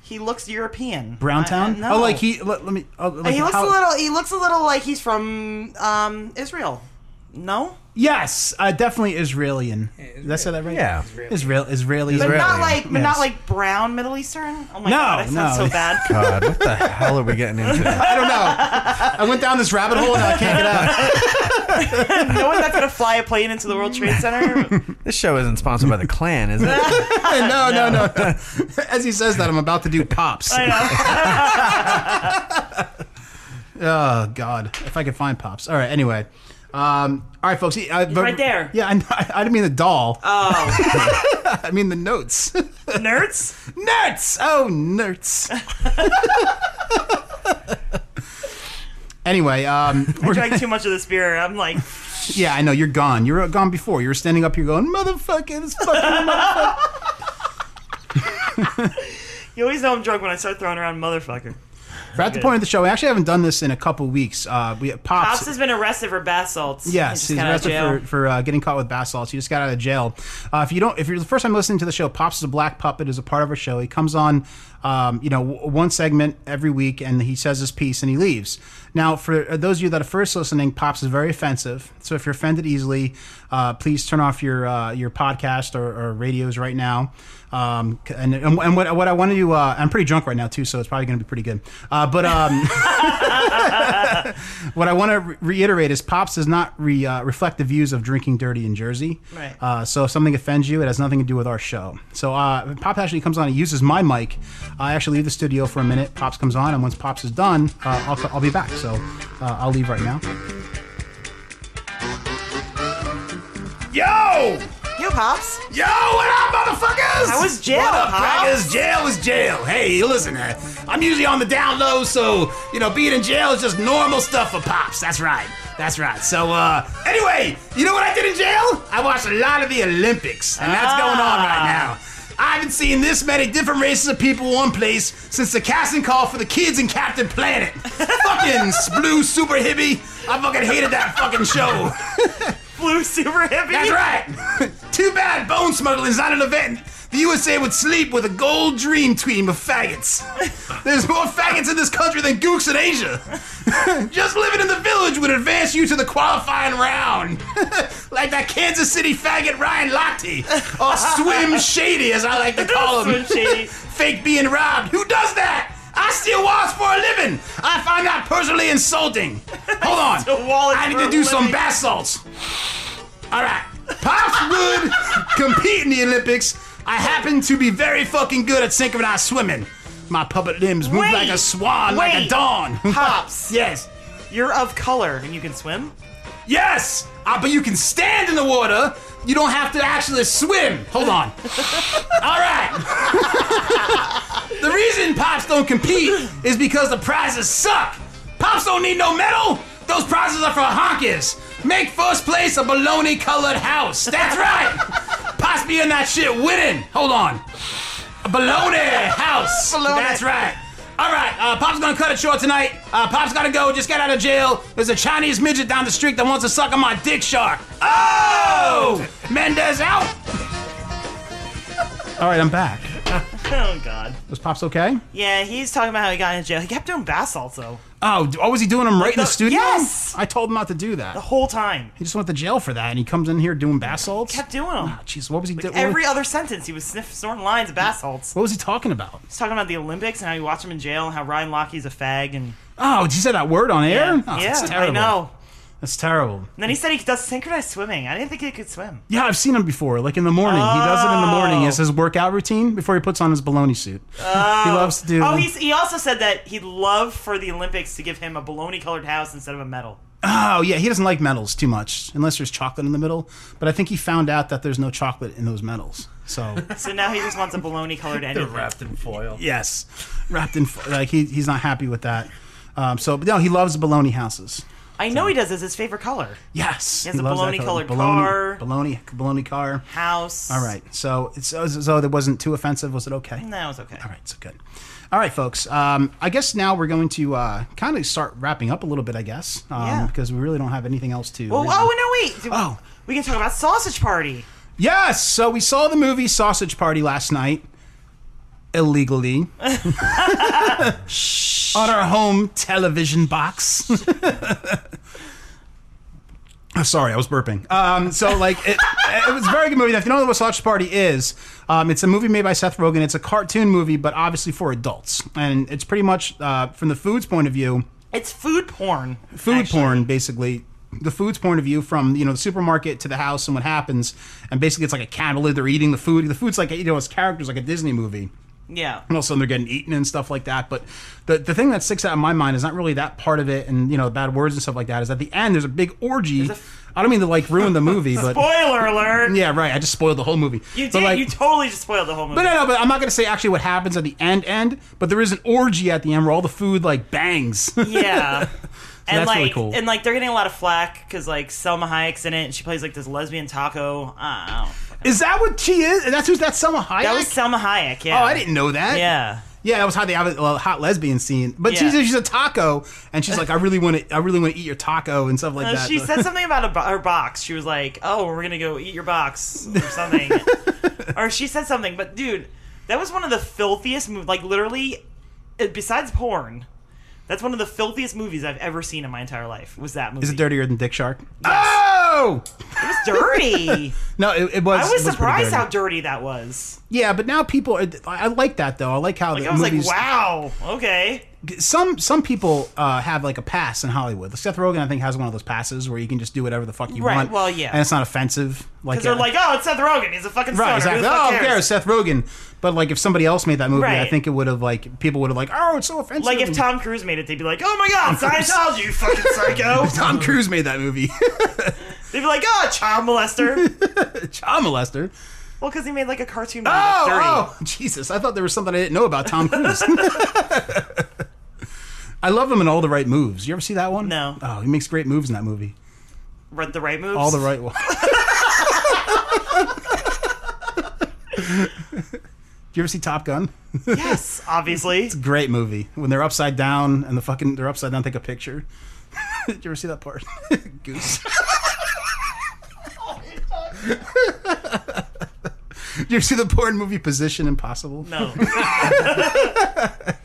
Speaker 3: He looks European.
Speaker 2: Brown Town
Speaker 3: I- I- no.
Speaker 2: oh like he let, let me oh, like
Speaker 3: he looks
Speaker 2: how-
Speaker 3: a little. He looks a little like he's from um, Israel. No,
Speaker 2: yes uh, definitely Israeli did I say that right
Speaker 5: Yeah.
Speaker 2: Israel Israeli
Speaker 3: but not
Speaker 5: Israeli.
Speaker 3: like, but
Speaker 2: Yes.
Speaker 3: not like brown Middle Eastern. Oh my
Speaker 2: No,
Speaker 3: god, that sounds
Speaker 2: no.
Speaker 3: so bad.
Speaker 5: God, what the hell are we getting into?
Speaker 2: I don't know. I went down this rabbit hole and I can't get out.
Speaker 3: no one's not gonna fly a plane into the World Trade Center.
Speaker 5: This show isn't sponsored by the Klan, is it?
Speaker 2: no, no, no, As he says that, I'm about to do pops.
Speaker 3: I know.
Speaker 2: Oh God, if I could find pops. All right. Anyway, um, all right, folks. I, but,
Speaker 3: right there.
Speaker 2: Yeah, I, know- I, I didn't mean the doll.
Speaker 3: Oh,
Speaker 2: I mean the notes.
Speaker 3: nerds.
Speaker 2: nerds. Oh, nerds. anyway, um,
Speaker 3: I
Speaker 2: we're-
Speaker 3: drank too much of this beer. I'm like,
Speaker 2: yeah, I know you're gone. You were gone before. You were standing up here going, motherfucker, this fucking motherfucker.
Speaker 3: you always know I'm drunk when I start throwing around motherfucker.
Speaker 2: We're at the point of the show. We actually haven't done this in a couple weeks. Uh, we
Speaker 3: Pops has been arrested for bath salts.
Speaker 2: Yes,
Speaker 3: just
Speaker 2: he's
Speaker 3: got out of
Speaker 2: arrested
Speaker 3: jail.
Speaker 2: for, for uh, getting caught with bath salts. He just got out of jail. Uh, if you don't, if you're the first time listening to the show, Pops is a black puppet is a part of our show. He comes on, um, you know, w- one segment every week, and he says his piece and he leaves. Now, for uh, those of you that are first listening, Pops is very offensive. So if you're offended easily, uh, please turn off your uh, your podcast or, or radios right now. Um, c- and and, and what, what I want to do, uh, I'm pretty drunk right now too, so it's probably going to be pretty good. Uh, but um, what I want to re- reiterate is Pops does not re, uh, reflect the views of Drinking Dirty in Jersey.
Speaker 3: Right.
Speaker 2: Uh, so if something offends you, it has nothing to do with our show. So uh, Pops actually comes on and uses my mic. I actually leave the studio for a minute. Pops comes on, and once Pops is done, uh, I'll, I'll be back. So uh, I'll leave right now. Yo!
Speaker 3: Yo, Pops.
Speaker 2: Yo, what up, motherfuckers?
Speaker 3: How was jail,
Speaker 2: What up,
Speaker 3: Pops?
Speaker 2: crackers? Jail is jail. Hey, listen, uh, I'm usually on the down low, so, you know, being in jail is just normal stuff for Pops. That's right. That's right. So, uh, anyway, you know what I did in jail? I watched a lot of the Olympics, and that's going on
Speaker 3: Ah.
Speaker 2: right now. I haven't seen this many different races of people in one place since the casting call for the kids in Captain Planet. fucking Blue Super Hippie. I fucking hated that fucking show.
Speaker 3: Blue super heavy.
Speaker 2: That's right. Too bad bone smuggling's not an event. The USA would sleep with a gold dream team of faggots. There's more faggots in this country than gooks in Asia. Just living in the village would advance you to the qualifying round. like that Kansas City faggot Ryan Lochte, or Swim Shady, as I like to call him.
Speaker 3: Swim Shady.
Speaker 2: Fake being robbed. Who does that? I I steal wallets for a living. I find that personally insulting. Hold on.
Speaker 3: Steal wallets
Speaker 2: I need
Speaker 3: for
Speaker 2: to
Speaker 3: a
Speaker 2: do some
Speaker 3: living.
Speaker 2: bath salts. All right. Pops would compete in the Olympics. I happen to be very fucking good at synchronized swimming. My puppet limbs move
Speaker 3: Wait.
Speaker 2: like a swan, like a
Speaker 3: Wait.
Speaker 2: dawn.
Speaker 3: Pops.
Speaker 2: yes.
Speaker 3: You're of color and you can swim.
Speaker 2: Yes! Uh, but you can stand in the water. You don't have to actually swim. Hold on. All right. the reason Pops don't compete is because the prizes suck. Pops don't need no medal. Those prizes are for honkers. Make first place a baloney colored house. That's right. Pops be in that shit winning. Hold on. A baloney house. That's right. All right, uh, Pop's gonna cut it short tonight. Uh, Pop's gotta go. Just got out of jail. There's a Chinese midget down the street that wants to suck on my dick shark. Oh! Mendez out. All right, I'm back.
Speaker 3: Oh God.
Speaker 2: Was Pop's okay?
Speaker 3: Yeah, he's talking about how he got in jail. He kept doing bath salts though
Speaker 2: Oh, d- oh, was he doing them right in the
Speaker 3: the-
Speaker 2: studio?
Speaker 3: Yes!
Speaker 2: I told him not to do that.
Speaker 3: the whole time.
Speaker 2: He just went to jail for that, and he comes in here doing bath salts.
Speaker 3: Kept doing them.
Speaker 2: Ah, Jeez, what was he doing?
Speaker 3: Every other sentence, he was sniff snorting lines of bath salts.
Speaker 2: What was he talking about?
Speaker 3: He's talking about the Olympics and how you watch him in jail and how Ryan Lochte is a fag and
Speaker 2: Oh, did you say that word on air? Oh,
Speaker 3: yeah,
Speaker 2: that's terrible.
Speaker 3: I know.
Speaker 2: That's terrible.
Speaker 3: And then he said he does synchronized swimming. I didn't think he could swim.
Speaker 2: Yeah, I've seen him before. Like in the morning, he does it in the morning
Speaker 3: Oh.
Speaker 2: as his workout routine before he puts on his baloney suit. he loves to do.
Speaker 3: Oh, he's, he also said that he'd love for the Olympics to give him a baloney colored house instead of a medal.
Speaker 2: Oh, yeah, he doesn't like medals too much unless there's chocolate in the middle. But I think he found out that there's no chocolate in those medals. So
Speaker 3: So now he just wants a baloney colored anything.
Speaker 5: wrapped in foil.
Speaker 2: yes, wrapped in fo- like he, he's not happy with that. Um, so but no, he loves baloney houses.
Speaker 3: I know he does. It's his favorite color.
Speaker 2: Yes, he
Speaker 3: has a
Speaker 2: loves that
Speaker 3: baloney
Speaker 2: color.
Speaker 3: colored car.
Speaker 2: Baloney, baloney, baloney car.
Speaker 3: House.
Speaker 2: All right, so it's so, so that wasn't too offensive. Was it okay?
Speaker 3: That was okay.
Speaker 2: All right, so good. All right, folks. Um, I guess now we're going to uh, kind of start wrapping up a little bit. I guess um,
Speaker 3: Yeah.
Speaker 2: because we really don't have anything else to.
Speaker 3: Oh,
Speaker 2: really-
Speaker 3: oh, no, wait. Do-
Speaker 2: Oh.
Speaker 3: We can talk about Sausage Party.
Speaker 2: yes. So we saw the movie Sausage Party last night illegally on our home television box. I'm sorry, I was burping. Um, so like, it, it was a very good movie. If you don't know what Sausage Party is, um, it's a movie made by Seth Rogen. It's a cartoon movie, but obviously for adults, and it's pretty much uh, from the food's point of view
Speaker 3: It's food porn.
Speaker 2: food
Speaker 3: actually.
Speaker 2: porn basically the food's point of view from you know the supermarket to the house and what happens and basically it's like a cannibal they're eating the food the food's like you know it's characters like a disney movie
Speaker 3: Yeah.
Speaker 2: and also they're getting eaten and stuff like that but the, the thing that sticks out in my mind is not really that part of it and you know the bad words and stuff like that is at the end there's a big orgy I i don't mean to like ruin the movie but
Speaker 3: Spoiler alert.
Speaker 2: yeah right i just spoiled the whole movie
Speaker 3: You
Speaker 2: But,
Speaker 3: did.
Speaker 2: like-
Speaker 3: you totally just spoiled the whole movie.
Speaker 2: but no, no, but I'm not gonna say actually what happens at the end end, but there is an orgy at the end where all the food like bangs.
Speaker 3: yeah. and
Speaker 2: that's
Speaker 3: like,
Speaker 2: really cool.
Speaker 3: and like, they're getting a lot of flack because like Selma Hayek's in it, and she plays like this lesbian taco. I don't know.
Speaker 2: is that what she is? That's who's that Selma Hayek?
Speaker 3: That was Selma Hayek. Yeah.
Speaker 2: Oh, I didn't know that.
Speaker 3: Yeah.
Speaker 2: yeah, that was how they have a hot lesbian scene. But she's
Speaker 3: Yeah.
Speaker 2: she's a taco, and she's like, I really want to, I really want to eat your taco and stuff like
Speaker 3: Uh,
Speaker 2: that.
Speaker 3: she said something about a bo- her box. She was like, "Oh, we're gonna go eat your box or something," or she said something. But dude, that was one of the filthiest movies. Like literally, uh, besides porn, that's one of the filthiest movies I've ever seen in my entire life. Was that movie?
Speaker 2: Is it dirtier than Dick Shark? Oh
Speaker 3: It's dirty.
Speaker 2: no, it, it was.
Speaker 3: I
Speaker 2: it
Speaker 3: was
Speaker 2: pretty
Speaker 3: surprised
Speaker 2: dirty.
Speaker 3: how dirty that was.
Speaker 2: Yeah, but now people, are, I I like that though. I like how
Speaker 3: Like,
Speaker 2: the
Speaker 3: I was
Speaker 2: movies.
Speaker 3: like, "Wow, okay."
Speaker 2: Some some people uh, have like a pass in Hollywood. Seth Rogen, I think, has one of those passes where you can just do whatever the fuck you
Speaker 3: Right,
Speaker 2: want.
Speaker 3: well, yeah.
Speaker 2: and it's not offensive. Like
Speaker 3: Because they're
Speaker 2: uh,
Speaker 3: like, "Oh, it's Seth Rogen. He's a fucking
Speaker 2: Right,
Speaker 3: stoner. Who
Speaker 2: exactly.
Speaker 3: the
Speaker 2: Oh,
Speaker 3: fuck
Speaker 2: who cares, Seth Rogen. But like, if somebody else made that movie, I
Speaker 3: Right.
Speaker 2: think it would have like people would have like, oh, it's so offensive.
Speaker 3: Like if Tom Cruise made it, they'd be like, "Oh my god, Scientology, you fucking psycho!"
Speaker 2: Tom Cruise made that movie,
Speaker 3: They'd be like, "Oh, child molester."
Speaker 2: child molester.
Speaker 3: Well, because he made like a cartoon movie that's dirty.
Speaker 2: oh, Jesus! I thought there was something I didn't know about Tom Cruise. I love him in all the right moves. You ever see that one?
Speaker 3: No.
Speaker 2: Oh, he makes great moves in that movie.
Speaker 3: Read the right moves.
Speaker 2: All the right ones. Do you ever see Top Gun?
Speaker 3: Yes, obviously.
Speaker 2: Great movie. When they're upside down and the fucking they're upside down, take a picture. Did you ever see that part? Goose. Did you ever see the porn movie Position Impossible?
Speaker 3: no.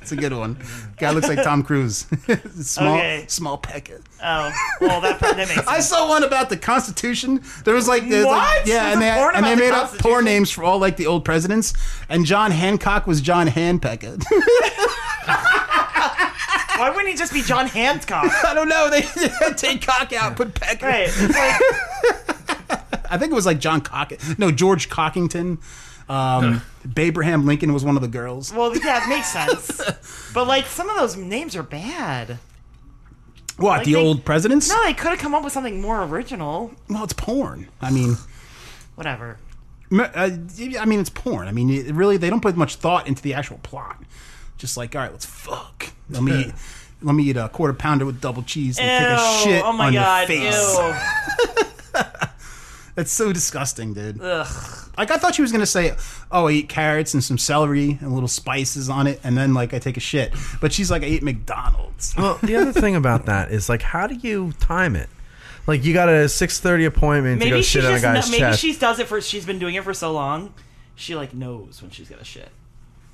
Speaker 2: It's a good one. Guy looks like Tom Cruise. small,
Speaker 3: Okay.
Speaker 2: small pecker.
Speaker 3: Oh, well, that, that makes sense.
Speaker 2: I saw one about the Constitution. There was like, there's like
Speaker 3: What?
Speaker 2: yeah, and
Speaker 3: There's a
Speaker 2: they,
Speaker 3: porn
Speaker 2: and they
Speaker 3: about the
Speaker 2: made up porn
Speaker 3: Constitution?
Speaker 2: names for all like the old presidents. And John Hancock was John Handpecker.
Speaker 3: Why wouldn't he just be John Hancock?
Speaker 2: I don't know. They take cock out, put peck.
Speaker 3: Right. It's like,
Speaker 2: I think it was like John Cock. No, George Cockington. Um, Abraham Lincoln was one of the girls.
Speaker 3: well, yeah, it makes sense. But like, some of those names are bad.
Speaker 2: What the
Speaker 3: they-
Speaker 2: old presidents?
Speaker 3: No, they could have come up with something more original.
Speaker 2: Well, it's porn. I mean,
Speaker 3: Whatever.
Speaker 2: m- uh, I mean, it's porn. I mean, it, really, they don't put much thought into the actual plot. Just like, all right, let's fuck. Let me. Let me eat a quarter pounder with double cheese and take a
Speaker 3: Ew,
Speaker 2: shit
Speaker 3: oh my
Speaker 2: on
Speaker 3: god.
Speaker 2: your face.
Speaker 3: Ew.
Speaker 2: That's so disgusting, dude. Like I thought she was gonna say, "Oh, I eat carrots and some celery and little spices on it, and then like I take a shit." But she's like, "I eat McDonald's."
Speaker 5: Well, the other thing about that is like, how do you time it? Like, you got a six thirty appointment to
Speaker 3: Maybe
Speaker 5: go
Speaker 3: she
Speaker 5: shit on a
Speaker 3: just kno-
Speaker 5: guy's
Speaker 3: maybe
Speaker 5: chest.
Speaker 3: she does it for she's been doing it for so long. She like knows when she's gonna shit.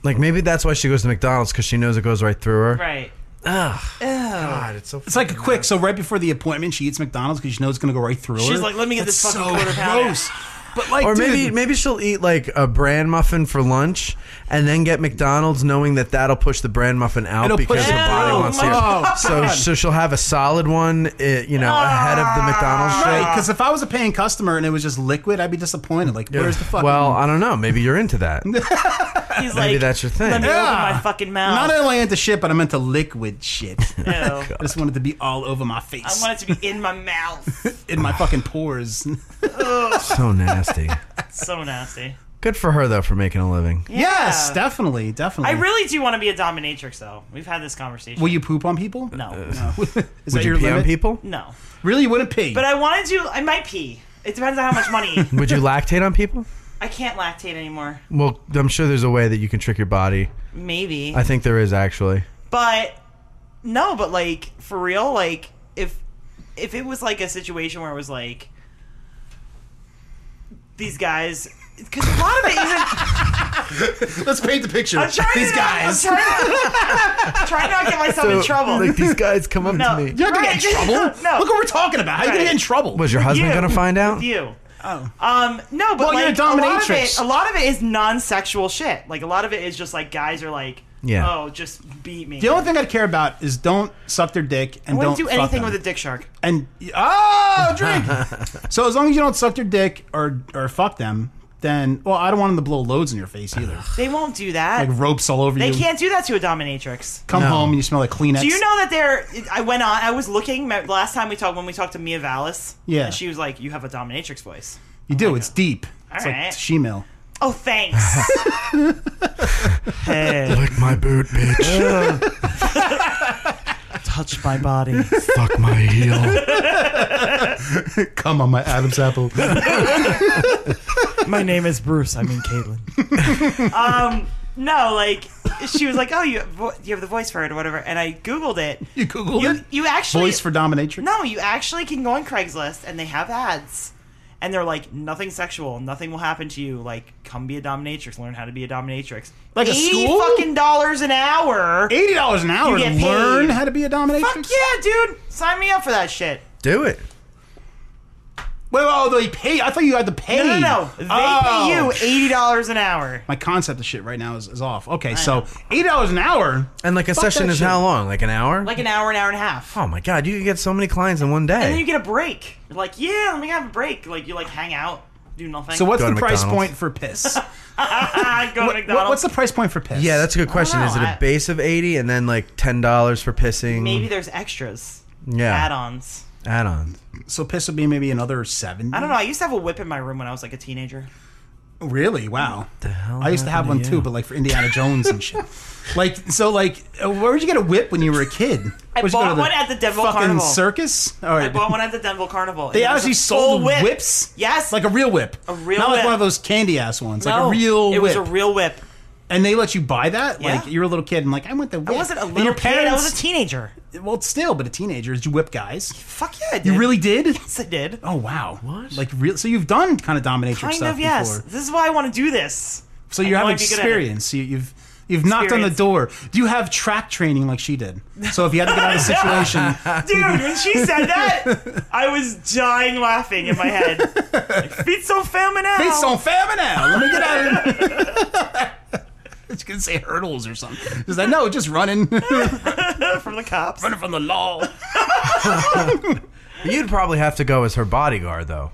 Speaker 5: Like, maybe that's why she goes to McDonald's because she knows it goes right through her.
Speaker 3: Right.
Speaker 5: God, it's so.
Speaker 2: Oh. It's like a quick. So right before the appointment, she eats McDonald's because she knows it's gonna go right through her.
Speaker 3: She's like, "Let me get
Speaker 2: That's
Speaker 3: this fucking
Speaker 2: so
Speaker 3: quarter pounder."
Speaker 2: gross. But like,
Speaker 5: or maybe
Speaker 2: dude,
Speaker 5: maybe she'll eat like a bran muffin for lunch, and then get McDonald's, knowing that that'll push the bran muffin out
Speaker 2: It'll
Speaker 5: because
Speaker 2: push
Speaker 5: her
Speaker 2: it
Speaker 5: body
Speaker 2: out.
Speaker 5: wants
Speaker 2: Oh,
Speaker 5: to. So
Speaker 2: God.
Speaker 5: so she'll have a solid one, uh, you know, ahead of the McDonald's shake.
Speaker 2: Because if I was a paying customer and it was just liquid, I'd be disappointed. Like, where's the fucking?
Speaker 5: Well, I don't know. Maybe you're into that.
Speaker 3: He's
Speaker 5: Maybe
Speaker 3: like,
Speaker 5: that's your thing.
Speaker 3: Let me
Speaker 2: Yeah.
Speaker 3: open my fucking
Speaker 2: not
Speaker 3: mouth.
Speaker 2: only into shit, but I'm into liquid shit.
Speaker 5: Oh,
Speaker 2: I
Speaker 3: Ew.
Speaker 2: just wanted to be all over my face,
Speaker 3: I want it to be in my mouth.
Speaker 2: in my fucking pores.
Speaker 5: so nasty.
Speaker 3: so nasty.
Speaker 5: Good for her though for making a living.
Speaker 2: Yes, definitely, definitely.
Speaker 3: I really do want to be a dominatrix, though. We've had this conversation.
Speaker 2: Will you poop on people?
Speaker 3: no,
Speaker 2: Is that
Speaker 5: Would you
Speaker 2: your
Speaker 5: pee on
Speaker 2: limit?
Speaker 5: people?
Speaker 3: no.
Speaker 2: Really, you wouldn't pee.
Speaker 3: But I wanted to. I might pee. It depends on how much money.
Speaker 5: Would you lactate on people?
Speaker 3: I can't lactate anymore.
Speaker 5: Well, I'm sure there's a way that you can trick your body.
Speaker 3: Maybe.
Speaker 5: I think there is actually.
Speaker 3: But no, but like for real, like if if it was like a situation where it was like these guys, because a lot of it isn't.
Speaker 2: Let's paint the picture.
Speaker 3: I'm trying
Speaker 2: These
Speaker 3: to,
Speaker 2: guys.
Speaker 3: I'm trying, to, trying not to get myself in trouble.
Speaker 5: Like these guys come up
Speaker 3: No.
Speaker 5: to me.
Speaker 2: You're not gonna get in
Speaker 3: Right.
Speaker 2: trouble.
Speaker 3: No.
Speaker 2: Look what we're talking about. How are you gonna
Speaker 3: Right.
Speaker 2: get in trouble?
Speaker 5: Was your husband
Speaker 3: you.
Speaker 5: gonna find out?
Speaker 3: you.
Speaker 2: Oh.
Speaker 3: Um, no, but
Speaker 2: Well, you're
Speaker 3: like
Speaker 2: a
Speaker 3: a, lot of
Speaker 2: dominatrix.
Speaker 3: it, a lot of it is non-sexual shit. Like a lot of it is just like guys are like,
Speaker 5: Yeah.
Speaker 3: oh, just beat me.
Speaker 2: the only thing I'd care about is don't suck their dick and
Speaker 3: I wouldn't
Speaker 2: don't
Speaker 3: do
Speaker 2: fuck
Speaker 3: anything
Speaker 2: them.
Speaker 3: with a dick shark.
Speaker 2: And oh, drink. so as long as you don't suck their dick or or fuck them, then well, I don't want them to blow loads in your face either.
Speaker 3: They won't do that.
Speaker 2: like ropes all over
Speaker 3: they
Speaker 2: you.
Speaker 3: can't do that to a dominatrix.
Speaker 2: Come home and you smell like Kleenex.
Speaker 3: Do you know that there? I went on. I was looking me- last time we talked when we talked to Mia Vallis.
Speaker 2: Yeah.
Speaker 3: and she was like, "You have a dominatrix voice."
Speaker 2: You
Speaker 3: Oh
Speaker 2: do. It's deep. it's like
Speaker 3: right.
Speaker 2: shemale.
Speaker 3: Oh, thanks. hey,
Speaker 5: Lick my boot, bitch.
Speaker 3: touch my body.
Speaker 5: Fuck my heel.
Speaker 2: Come on, my Adam's apple.
Speaker 3: My name is Bruce. I mean Caitlin. um, no, like she was like, "Oh, you vo- you have the voice for it or whatever," and I googled it.
Speaker 2: you Google
Speaker 3: You
Speaker 2: it.
Speaker 3: you actually
Speaker 2: Voice for dominatrix.
Speaker 3: no, you actually can go on Craigslist and they have ads. And they're like, nothing sexual, nothing will happen to you. Like, come be a dominatrix, learn how to be a dominatrix.
Speaker 2: Like a
Speaker 3: eighty
Speaker 2: school?
Speaker 3: fucking dollars an hour.
Speaker 2: Eighty dollars an hour
Speaker 3: You
Speaker 2: to
Speaker 3: get paid.
Speaker 2: learn how to be a dominatrix.
Speaker 3: Fuck yeah, dude! Sign me up for that shit.
Speaker 5: Do it.
Speaker 2: Wait, wait, oh, they pay. I thought you had to pay.
Speaker 3: No, no, no. They
Speaker 2: Oh.
Speaker 3: pay you eighty dollars an hour.
Speaker 2: My concept of shit right now is, is off. Okay, so eight dollars an hour.
Speaker 5: And like a
Speaker 2: Fuck
Speaker 5: session
Speaker 2: that
Speaker 5: is
Speaker 2: shit.
Speaker 5: how long? Like an hour?
Speaker 3: Like an hour, an hour and a half.
Speaker 5: oh my god, you can get so many clients in one
Speaker 3: And then you
Speaker 5: day.
Speaker 3: get a break. You're like, yeah, let me have a break. Like you like hang out, do nothing.
Speaker 2: So what's
Speaker 5: Go
Speaker 2: the
Speaker 5: to
Speaker 2: price
Speaker 5: McDonald's.
Speaker 2: point for piss?
Speaker 3: I go to
Speaker 2: What-
Speaker 3: McDonald's.
Speaker 2: what's the price point for piss?
Speaker 5: Yeah, that's a good question.
Speaker 3: know.
Speaker 5: Is it a
Speaker 3: I-
Speaker 5: base of eighty and then like ten dollars for pissing?
Speaker 3: Maybe there's extras,
Speaker 5: yeah.
Speaker 3: add-ons.
Speaker 5: Add-on.
Speaker 2: so piss would be maybe another seven.
Speaker 3: I don't know. I used to have a whip in my room when I was like a teenager.
Speaker 2: Really? Wow. The
Speaker 5: hell
Speaker 2: I used to have one
Speaker 5: happened to
Speaker 2: too,
Speaker 5: you?
Speaker 2: but like for Indiana Jones and shit. Like so, like uh, where would you get a whip when you were a kid?
Speaker 3: I
Speaker 2: Would you go
Speaker 3: bought
Speaker 2: to the
Speaker 3: one at the Denver
Speaker 2: fucking
Speaker 3: Carnival.
Speaker 2: circus. All right.
Speaker 3: I bought one at the Denver Carnival. and
Speaker 2: they
Speaker 3: it was
Speaker 2: actually
Speaker 3: a
Speaker 2: sold
Speaker 3: full whip.
Speaker 2: whips.
Speaker 3: Yes,
Speaker 2: Like a real whip. A
Speaker 3: real
Speaker 2: Not like
Speaker 3: whip.
Speaker 2: one of those candy ass ones.
Speaker 3: No,
Speaker 2: like a real
Speaker 3: It
Speaker 2: whip.
Speaker 3: was a real whip.
Speaker 2: and they let you buy that.
Speaker 3: Yeah.
Speaker 2: Like you're a little kid, and like I want the. Whip.
Speaker 3: I wasn't a
Speaker 2: And
Speaker 3: little
Speaker 2: your
Speaker 3: kid. I
Speaker 2: parents,
Speaker 3: was a teenager.
Speaker 2: well, still, but a teenager. Did you whip guys?
Speaker 3: Fuck yeah, I did.
Speaker 2: You really did?
Speaker 3: Yes, I did.
Speaker 2: Oh wow! What? Like real? So you've done kind of dominatrix
Speaker 3: Kind
Speaker 2: stuff
Speaker 3: of yes.
Speaker 2: before.
Speaker 3: This is why I want to do this.
Speaker 2: So you
Speaker 3: I know
Speaker 2: have
Speaker 3: I'd be good at it.
Speaker 2: experience. You, you've you've knocked on the
Speaker 3: Experience.
Speaker 2: door. Do you have track training like she did? So if you had to get out of a situation,
Speaker 3: Dude, when she said that, I was dying laughing in my head. Like, Feet so feminine.
Speaker 2: based on famine now, let me get out of here. It's gonna say hurdles or something. Is that no? Just running.
Speaker 3: running from the cops.
Speaker 2: Running from the law.
Speaker 5: You'd probably have to go as her bodyguard, though.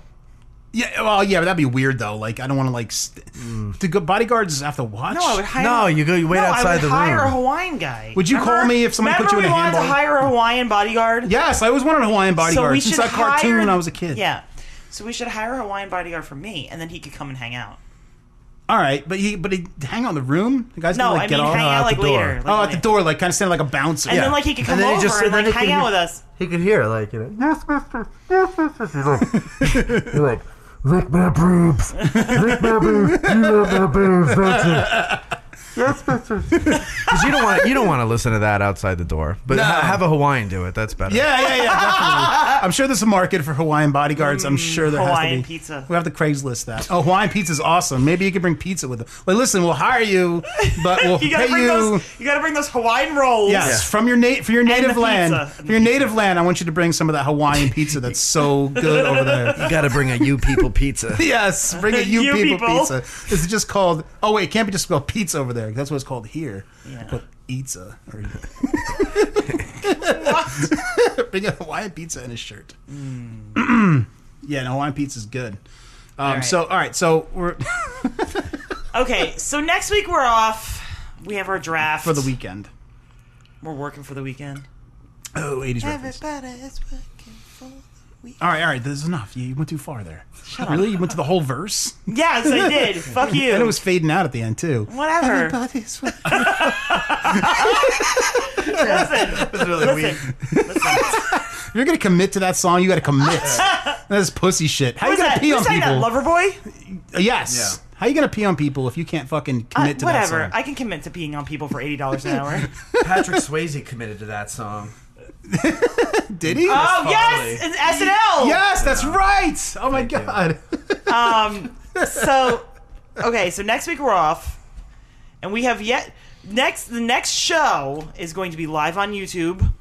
Speaker 2: Yeah, well, yeah, but that'd be weird though. Like, I don't want to like st- to go bodyguards have to watch.
Speaker 3: Mm. No, I would hire.
Speaker 5: No, you go. You wait
Speaker 3: No, I
Speaker 5: outside
Speaker 3: would
Speaker 5: the
Speaker 3: hire a
Speaker 5: room.
Speaker 3: Hawaiian guy.
Speaker 2: Would you call me if somebody put
Speaker 3: remember
Speaker 2: you in a
Speaker 3: we wanted
Speaker 2: handball?
Speaker 3: to hire a Hawaiian bodyguard.
Speaker 2: yes, I always wanted a Hawaiian bodyguard
Speaker 3: So we
Speaker 2: since
Speaker 3: should
Speaker 2: that cartoon
Speaker 3: hire-
Speaker 2: when I was a kid.
Speaker 3: Yeah. So we should hire a Hawaiian bodyguard for me, and then he could come and hang out.
Speaker 2: All right, but he but he hang on the room. The guy's
Speaker 3: No,
Speaker 2: gonna like
Speaker 3: I
Speaker 2: get
Speaker 3: mean
Speaker 2: off.
Speaker 3: hang
Speaker 5: out
Speaker 3: out
Speaker 5: the
Speaker 3: like
Speaker 5: door.
Speaker 3: later. like,
Speaker 2: oh, at the
Speaker 3: later.
Speaker 2: door, like kind of standing like a bouncer.
Speaker 3: And
Speaker 2: yeah.
Speaker 3: then like he could come
Speaker 5: then he
Speaker 3: over
Speaker 5: just-
Speaker 3: and
Speaker 5: then
Speaker 3: like
Speaker 5: he
Speaker 3: hang
Speaker 5: could-
Speaker 3: out with us.
Speaker 5: He could hear, like, you know, yes, mister, yes, mister. He's like, he's like, lick my boobs, lick my boobs, you love my boobs, that's it. Yes, mister. Because you don't want you don't want to listen to that outside the door, but ha- have a Hawaiian do it. That's better.
Speaker 2: yeah, yeah, yeah. definitely. I'm sure there's a market for Hawaiian bodyguards. I'm sure there
Speaker 3: Mm, Hawaiian
Speaker 2: has to be.
Speaker 3: pizza.
Speaker 2: We have to Craigslist that. Oh, Hawaiian pizza's awesome. Maybe you could bring pizza with them. Like, listen, we'll hire you, but we'll pay
Speaker 3: You gotta bring
Speaker 2: Oh, you.
Speaker 3: those. You gotta bring those Hawaiian rolls.
Speaker 2: Yes, from your na- for your
Speaker 3: the
Speaker 2: native
Speaker 3: pizza.
Speaker 2: land.
Speaker 3: And
Speaker 2: For
Speaker 3: the
Speaker 2: your native land, I want you to bring some of that Hawaiian pizza that's so good over there.
Speaker 5: You got to bring a you people pizza.
Speaker 2: Yes, bring it, you,
Speaker 3: You
Speaker 2: people,
Speaker 3: people.
Speaker 2: pizza. This is just called. Oh wait, it can't be just called pizza over there. That's what it's called here. But pizza. Or, bring a Hawaiian pizza in a shirt. yeah, and Hawaiian pizza's good. Um,
Speaker 3: Hmm. right.
Speaker 2: So all right, so we're
Speaker 3: Okay. So next week we're off. We have our draft
Speaker 2: for the weekend.
Speaker 3: We're working for the weekend.
Speaker 2: Oh, 80s reference.
Speaker 3: Everybody is working for.
Speaker 2: All right, all right, this is enough. You, you went too far there. really, you went to the whole verse.
Speaker 3: Yes, I did. Fuck you.
Speaker 2: And it was fading out at the end too.
Speaker 3: whatever. Listen, listen.
Speaker 2: If you're gonna commit to that song, you gotta commit. That's pussy shit. How
Speaker 3: Who's
Speaker 2: you gonna
Speaker 3: that?
Speaker 2: pee
Speaker 3: Who
Speaker 2: on
Speaker 3: sang that?
Speaker 2: people?
Speaker 3: Lover boy.
Speaker 2: yes. How you gonna pee on people if you can't fucking
Speaker 3: Uh,
Speaker 2: commit to
Speaker 3: whatever.
Speaker 2: that song?
Speaker 3: I can commit to peeing on people for eighty dollars an hour.
Speaker 5: Patrick Swayze committed to that song.
Speaker 2: Did he?
Speaker 3: oh yes, it's SNL.
Speaker 2: yes, that's right. Oh my god.
Speaker 3: So, okay. So next week we're off, and we have yet next. The next show is going to be live on YouTube.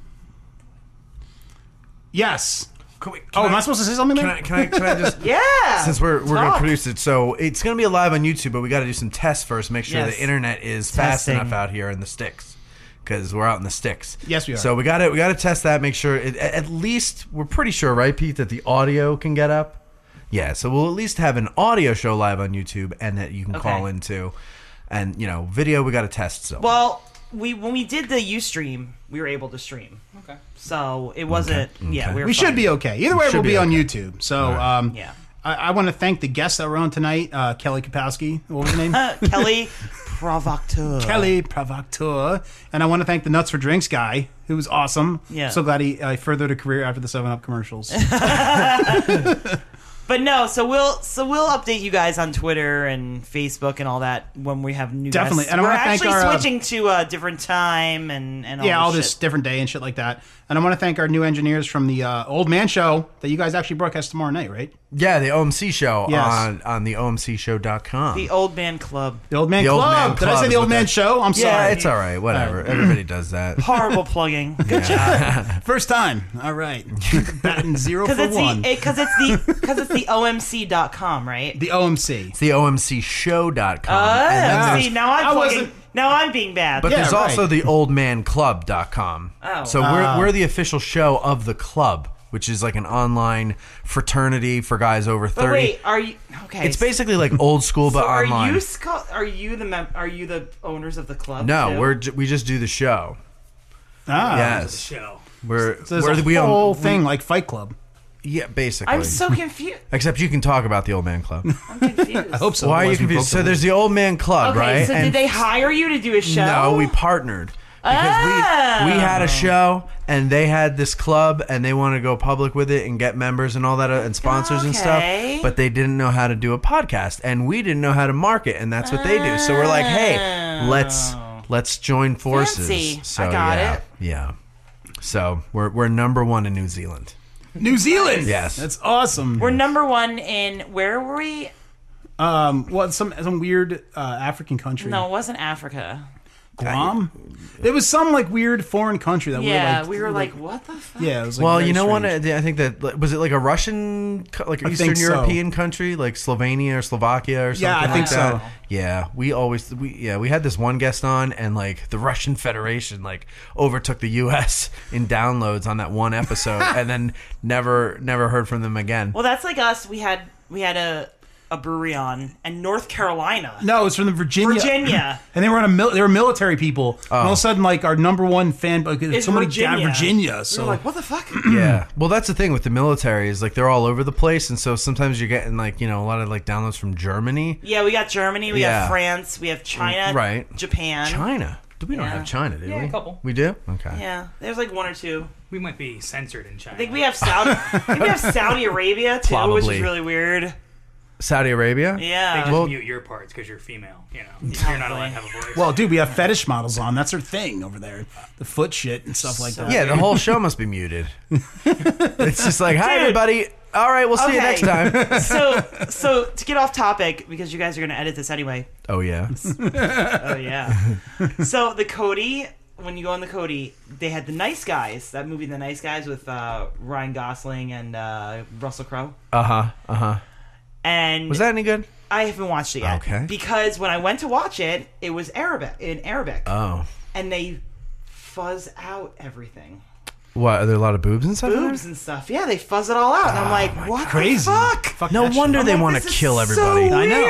Speaker 2: yes.
Speaker 5: Can we- can
Speaker 2: Oh, am I supposed to say something?
Speaker 5: Can
Speaker 2: there?
Speaker 5: I, can I, can I just?
Speaker 3: Yeah.
Speaker 5: Since we're we're gonna
Speaker 3: Talk.
Speaker 5: produce it, so it's gonna be live on YouTube, but we got to do some tests first. Make sure
Speaker 3: Yes.
Speaker 5: the internet is fast
Speaker 3: Testing.
Speaker 5: enough out here in the sticks, because we're out in the sticks.
Speaker 2: Yes, we are.
Speaker 5: So we got to we got to test that. Make sure it, at at least we're pretty sure, right, Pete, that the audio can get up. Yeah, so we'll at least have an audio show live on YouTube, and that you can call
Speaker 3: Okay.
Speaker 5: into, and you know, video we got to test. So
Speaker 3: well, we when we did the UStream, we were able to stream. Okay. So it wasn't. Yeah, we were
Speaker 2: we should
Speaker 3: fine.
Speaker 2: be okay. Either way,
Speaker 5: should
Speaker 2: we'll be,
Speaker 5: be
Speaker 2: on
Speaker 5: okay.
Speaker 2: YouTube. So, um,
Speaker 3: Yeah.
Speaker 2: I, I want to thank the guests that were on tonight. Uh, Kelly Kapowski. What was her name?
Speaker 3: Uh, Kelly Provocteur.
Speaker 2: Kelly Provocateur. And I want to thank the Nuts for Drinks guy, who was awesome.
Speaker 3: Yeah.
Speaker 2: So glad he uh, furthered a career after the 7 Up commercials.
Speaker 3: But no, so we'll so we'll update you guys on Twitter and Facebook and all that when we have new
Speaker 2: Definitely.
Speaker 3: guests.
Speaker 2: And I
Speaker 3: we're
Speaker 2: wanna thank
Speaker 3: actually
Speaker 2: our, uh,
Speaker 3: switching to a different time and and all
Speaker 5: Oh,
Speaker 2: yeah, all
Speaker 3: this
Speaker 2: this
Speaker 3: shit.
Speaker 2: different day and shit like that. And I want to thank our new engineers from the uh, Old Man Show that you guys actually broadcast tomorrow night, right?
Speaker 5: yeah, the OMC show
Speaker 2: Yes.
Speaker 5: on on the OMCShow.com.
Speaker 3: the old man club.
Speaker 2: The Old Man
Speaker 5: The Old
Speaker 2: Club.
Speaker 5: Man
Speaker 2: Did I
Speaker 5: Club
Speaker 2: say
Speaker 5: is
Speaker 2: the Old
Speaker 5: what
Speaker 2: Man
Speaker 5: that-
Speaker 2: Show? I'm
Speaker 5: yeah,
Speaker 2: sorry.
Speaker 5: it's all right. Whatever. Everybody does that.
Speaker 3: Horrible plugging. Good job.
Speaker 2: First time. All right. Batting zero
Speaker 3: Because
Speaker 2: for
Speaker 3: it's
Speaker 2: one.
Speaker 3: the because it's the because it's the OMC.com, right?
Speaker 2: the OMC.
Speaker 5: It's the OMCShow.com.
Speaker 3: Oh,
Speaker 5: and then there's-
Speaker 3: see now I'm
Speaker 2: I
Speaker 3: plugging-
Speaker 2: wasn't-
Speaker 3: now I'm being bad.
Speaker 5: But
Speaker 2: Yeah,
Speaker 5: there's
Speaker 2: right.
Speaker 5: also the oldmanclub.com.
Speaker 3: Oh.
Speaker 5: So we're, we're the official show of the club, which is like an online fraternity for guys over 30.
Speaker 3: But wait, are you okay?
Speaker 5: it's basically like old school but
Speaker 3: so are
Speaker 5: online.
Speaker 3: you sco- are you the mem- are you the owners of the club?
Speaker 5: no,
Speaker 3: too?
Speaker 5: we're ju- we just do the show.
Speaker 3: Oh,
Speaker 2: Ah.
Speaker 5: yes. We're,
Speaker 2: So there's
Speaker 5: we're
Speaker 2: a
Speaker 5: we own-
Speaker 2: whole thing like Fight Club.
Speaker 5: yeah, basically.
Speaker 3: I'm so confused.
Speaker 5: Except you can talk about the old man club.
Speaker 3: I'm confused.
Speaker 2: I hope so.
Speaker 5: Why are you
Speaker 2: otherwise we
Speaker 5: confused?
Speaker 2: broke
Speaker 5: So
Speaker 2: the
Speaker 5: there's the old man club,
Speaker 3: okay,
Speaker 5: right?
Speaker 3: so
Speaker 5: And
Speaker 3: did they hire you to do a show? Oh.
Speaker 5: No, we partnered because we we had a show and they had this club and they wanted to go public with it and get members and all that uh, and sponsors and
Speaker 3: Okay.
Speaker 5: stuff. But they didn't know how to do a podcast and we didn't know how to market and that's what they do. So we're like, hey, let's let's join forces.
Speaker 3: Oh. Fancy. I
Speaker 5: So,
Speaker 3: got
Speaker 5: yeah,
Speaker 3: it.
Speaker 5: Yeah. So we're we're number one in New Zealand.
Speaker 2: rule. New Zealand.
Speaker 5: Yes.
Speaker 2: That's awesome.
Speaker 3: We're number one in where were we?
Speaker 2: um, well, some some weird uh, African country.
Speaker 3: No, it wasn't Africa.
Speaker 2: Guam. It was some like weird foreign country that
Speaker 7: Yeah,
Speaker 2: we
Speaker 7: we
Speaker 2: were
Speaker 7: were like, what the fuck?
Speaker 2: like. Yeah, it was like
Speaker 5: Well,
Speaker 2: very
Speaker 5: you know
Speaker 2: strange.
Speaker 5: what? I I think that like, was it like a Russian, co- like
Speaker 2: I
Speaker 5: Eastern
Speaker 2: think so.
Speaker 5: European country, like Slovenia or Slovakia or something.
Speaker 2: Yeah, I think
Speaker 5: like that.
Speaker 2: so.
Speaker 5: Yeah, we always we yeah we had this one guest on, and like the Russian Federation like overtook the U.S. in downloads on that one episode, and then never never heard from them again.
Speaker 7: Well, that's like us. We had we had a a brewery on and North Carolina,
Speaker 5: uh,
Speaker 2: No, it was from the Virginia.
Speaker 7: Virginia.
Speaker 2: And they were on a mil- they were military people. And
Speaker 5: Oh.
Speaker 2: all of a sudden, like our number one fan, like,
Speaker 7: It's
Speaker 2: somebody down
Speaker 7: Virginia.
Speaker 2: in Virginia.
Speaker 7: we
Speaker 2: So
Speaker 7: were like, what the fuck?
Speaker 5: yeah. Well, that's the thing with the military is like they're all over the place, and so sometimes you're getting like you know a lot of like downloads from Germany,
Speaker 7: yeah, we got Germany, we
Speaker 5: Yeah. Mm,
Speaker 7: have France, we have China,
Speaker 5: Right.
Speaker 7: Japan.
Speaker 5: China. Do we don't
Speaker 7: Yeah.
Speaker 5: have China? Do
Speaker 8: Yeah,
Speaker 5: we?
Speaker 8: a couple.
Speaker 5: We do. Okay.
Speaker 7: Yeah, there's like one or two.
Speaker 8: We might be censored in China.
Speaker 7: I think we have Saudi. I think we have Saudi Arabia too, which
Speaker 5: Probably.
Speaker 7: is really weird.
Speaker 5: Saudi Arabia.
Speaker 8: They
Speaker 7: Yeah.
Speaker 8: just
Speaker 5: Well-
Speaker 8: mute your parts because you're female. You know, you're not allowed to have a voice.
Speaker 2: well, dude, we have fetish models on. That's our thing over there. The foot shit and stuff like that.
Speaker 5: Yeah, the whole show must be muted. it's just like, hi everybody. All right, we'll see you next
Speaker 7: Okay.
Speaker 5: time.
Speaker 7: so so to get off topic because you guys are gonna edit this anyway.
Speaker 5: Oh yeah,
Speaker 7: Oh yeah. so the Cody, when you go on the Cody, they had the Nice Guys. That movie, The Nice Guys, with uh, Ryan Gosling and uh, Russell Crowe.
Speaker 5: uh huh, uh huh.
Speaker 7: And
Speaker 5: Was that any good?
Speaker 7: I haven't watched it yet.
Speaker 5: Okay.
Speaker 7: Because when I went to watch it, it was Arabic in Arabic,
Speaker 5: Oh,
Speaker 7: and they fuzz out everything,
Speaker 5: what? Are there a lot of boobs inside? of there?
Speaker 7: boobs and stuff. Yeah, they fuzz it all out,
Speaker 5: Ah,
Speaker 7: and I'm like, what
Speaker 2: Crazy.
Speaker 7: the fuck?
Speaker 5: No
Speaker 2: that shit.
Speaker 5: wonder they
Speaker 7: Like,
Speaker 5: want
Speaker 7: Oh, this
Speaker 5: to
Speaker 7: is
Speaker 5: kill
Speaker 7: so
Speaker 5: everybody.
Speaker 2: I know.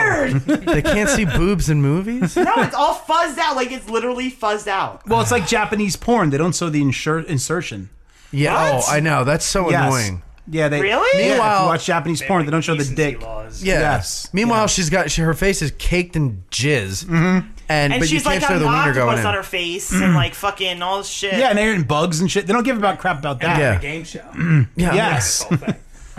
Speaker 7: weird.
Speaker 5: they can't see boobs in movies.
Speaker 7: no, it's all fuzzed out. Like it's literally fuzzed out.
Speaker 2: Well, it's like Japanese porn. They don't show the insur- insertion.
Speaker 5: Yeah.
Speaker 7: What?
Speaker 5: Oh, I know. That's so
Speaker 2: Yes.
Speaker 5: annoying.
Speaker 2: Yeah, they
Speaker 7: Really?
Speaker 2: Yeah, if
Speaker 5: Meanwhile-
Speaker 2: you watch Japanese porn, they don't show the
Speaker 8: Decency
Speaker 2: dick.
Speaker 8: Laws.
Speaker 5: Yeah.
Speaker 2: Yes.
Speaker 5: Meanwhile, she's got she, her face is caked in jizz, mm-hmm. and,
Speaker 7: And
Speaker 5: but
Speaker 7: she's
Speaker 5: you can't
Speaker 7: like
Speaker 5: show
Speaker 7: got
Speaker 5: the
Speaker 7: an
Speaker 5: wiener going
Speaker 7: octopus
Speaker 5: in. Mm.
Speaker 7: on her face and like fucking all this shit.
Speaker 2: Yeah, and they're in bugs and shit. They don't give about crap about that.
Speaker 5: Yeah.
Speaker 8: A game show.
Speaker 5: yeah.
Speaker 2: Yes,
Speaker 8: Whole thing.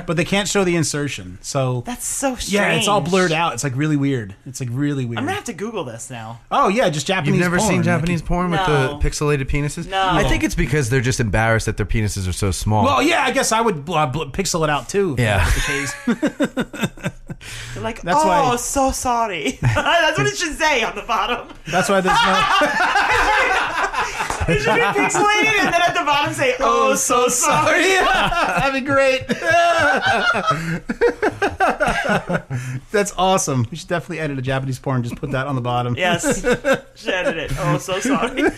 Speaker 2: but they can't show the insertion. So
Speaker 7: That's so strange.
Speaker 2: yeah, it's all blurred out. It's like really weird. It's like really weird.
Speaker 7: I'm gonna have to Google this now.
Speaker 2: oh yeah, just Japanese.
Speaker 5: You've never
Speaker 2: porn.
Speaker 5: seen
Speaker 2: Like,
Speaker 5: Japanese porn with
Speaker 7: No.
Speaker 5: the pixelated penises?
Speaker 7: No.
Speaker 5: I think it's because they're just embarrassed that their penises are so small.
Speaker 2: Well, yeah, I guess I would uh, bl- pixel it out too. if
Speaker 5: Yeah.
Speaker 2: that was the case.
Speaker 7: They're like,
Speaker 2: That's
Speaker 7: oh,
Speaker 2: why-
Speaker 7: so sorry. That's what it should say on the bottom.
Speaker 2: That's why there's no.
Speaker 7: It should be pixelated, and then at the bottom say, oh, so sorry.
Speaker 2: That'd be great. That's awesome. We should definitely edit a Japanese porn. Just put that on the bottom.
Speaker 7: Yes, should edit it. Oh, so sorry.
Speaker 2: Should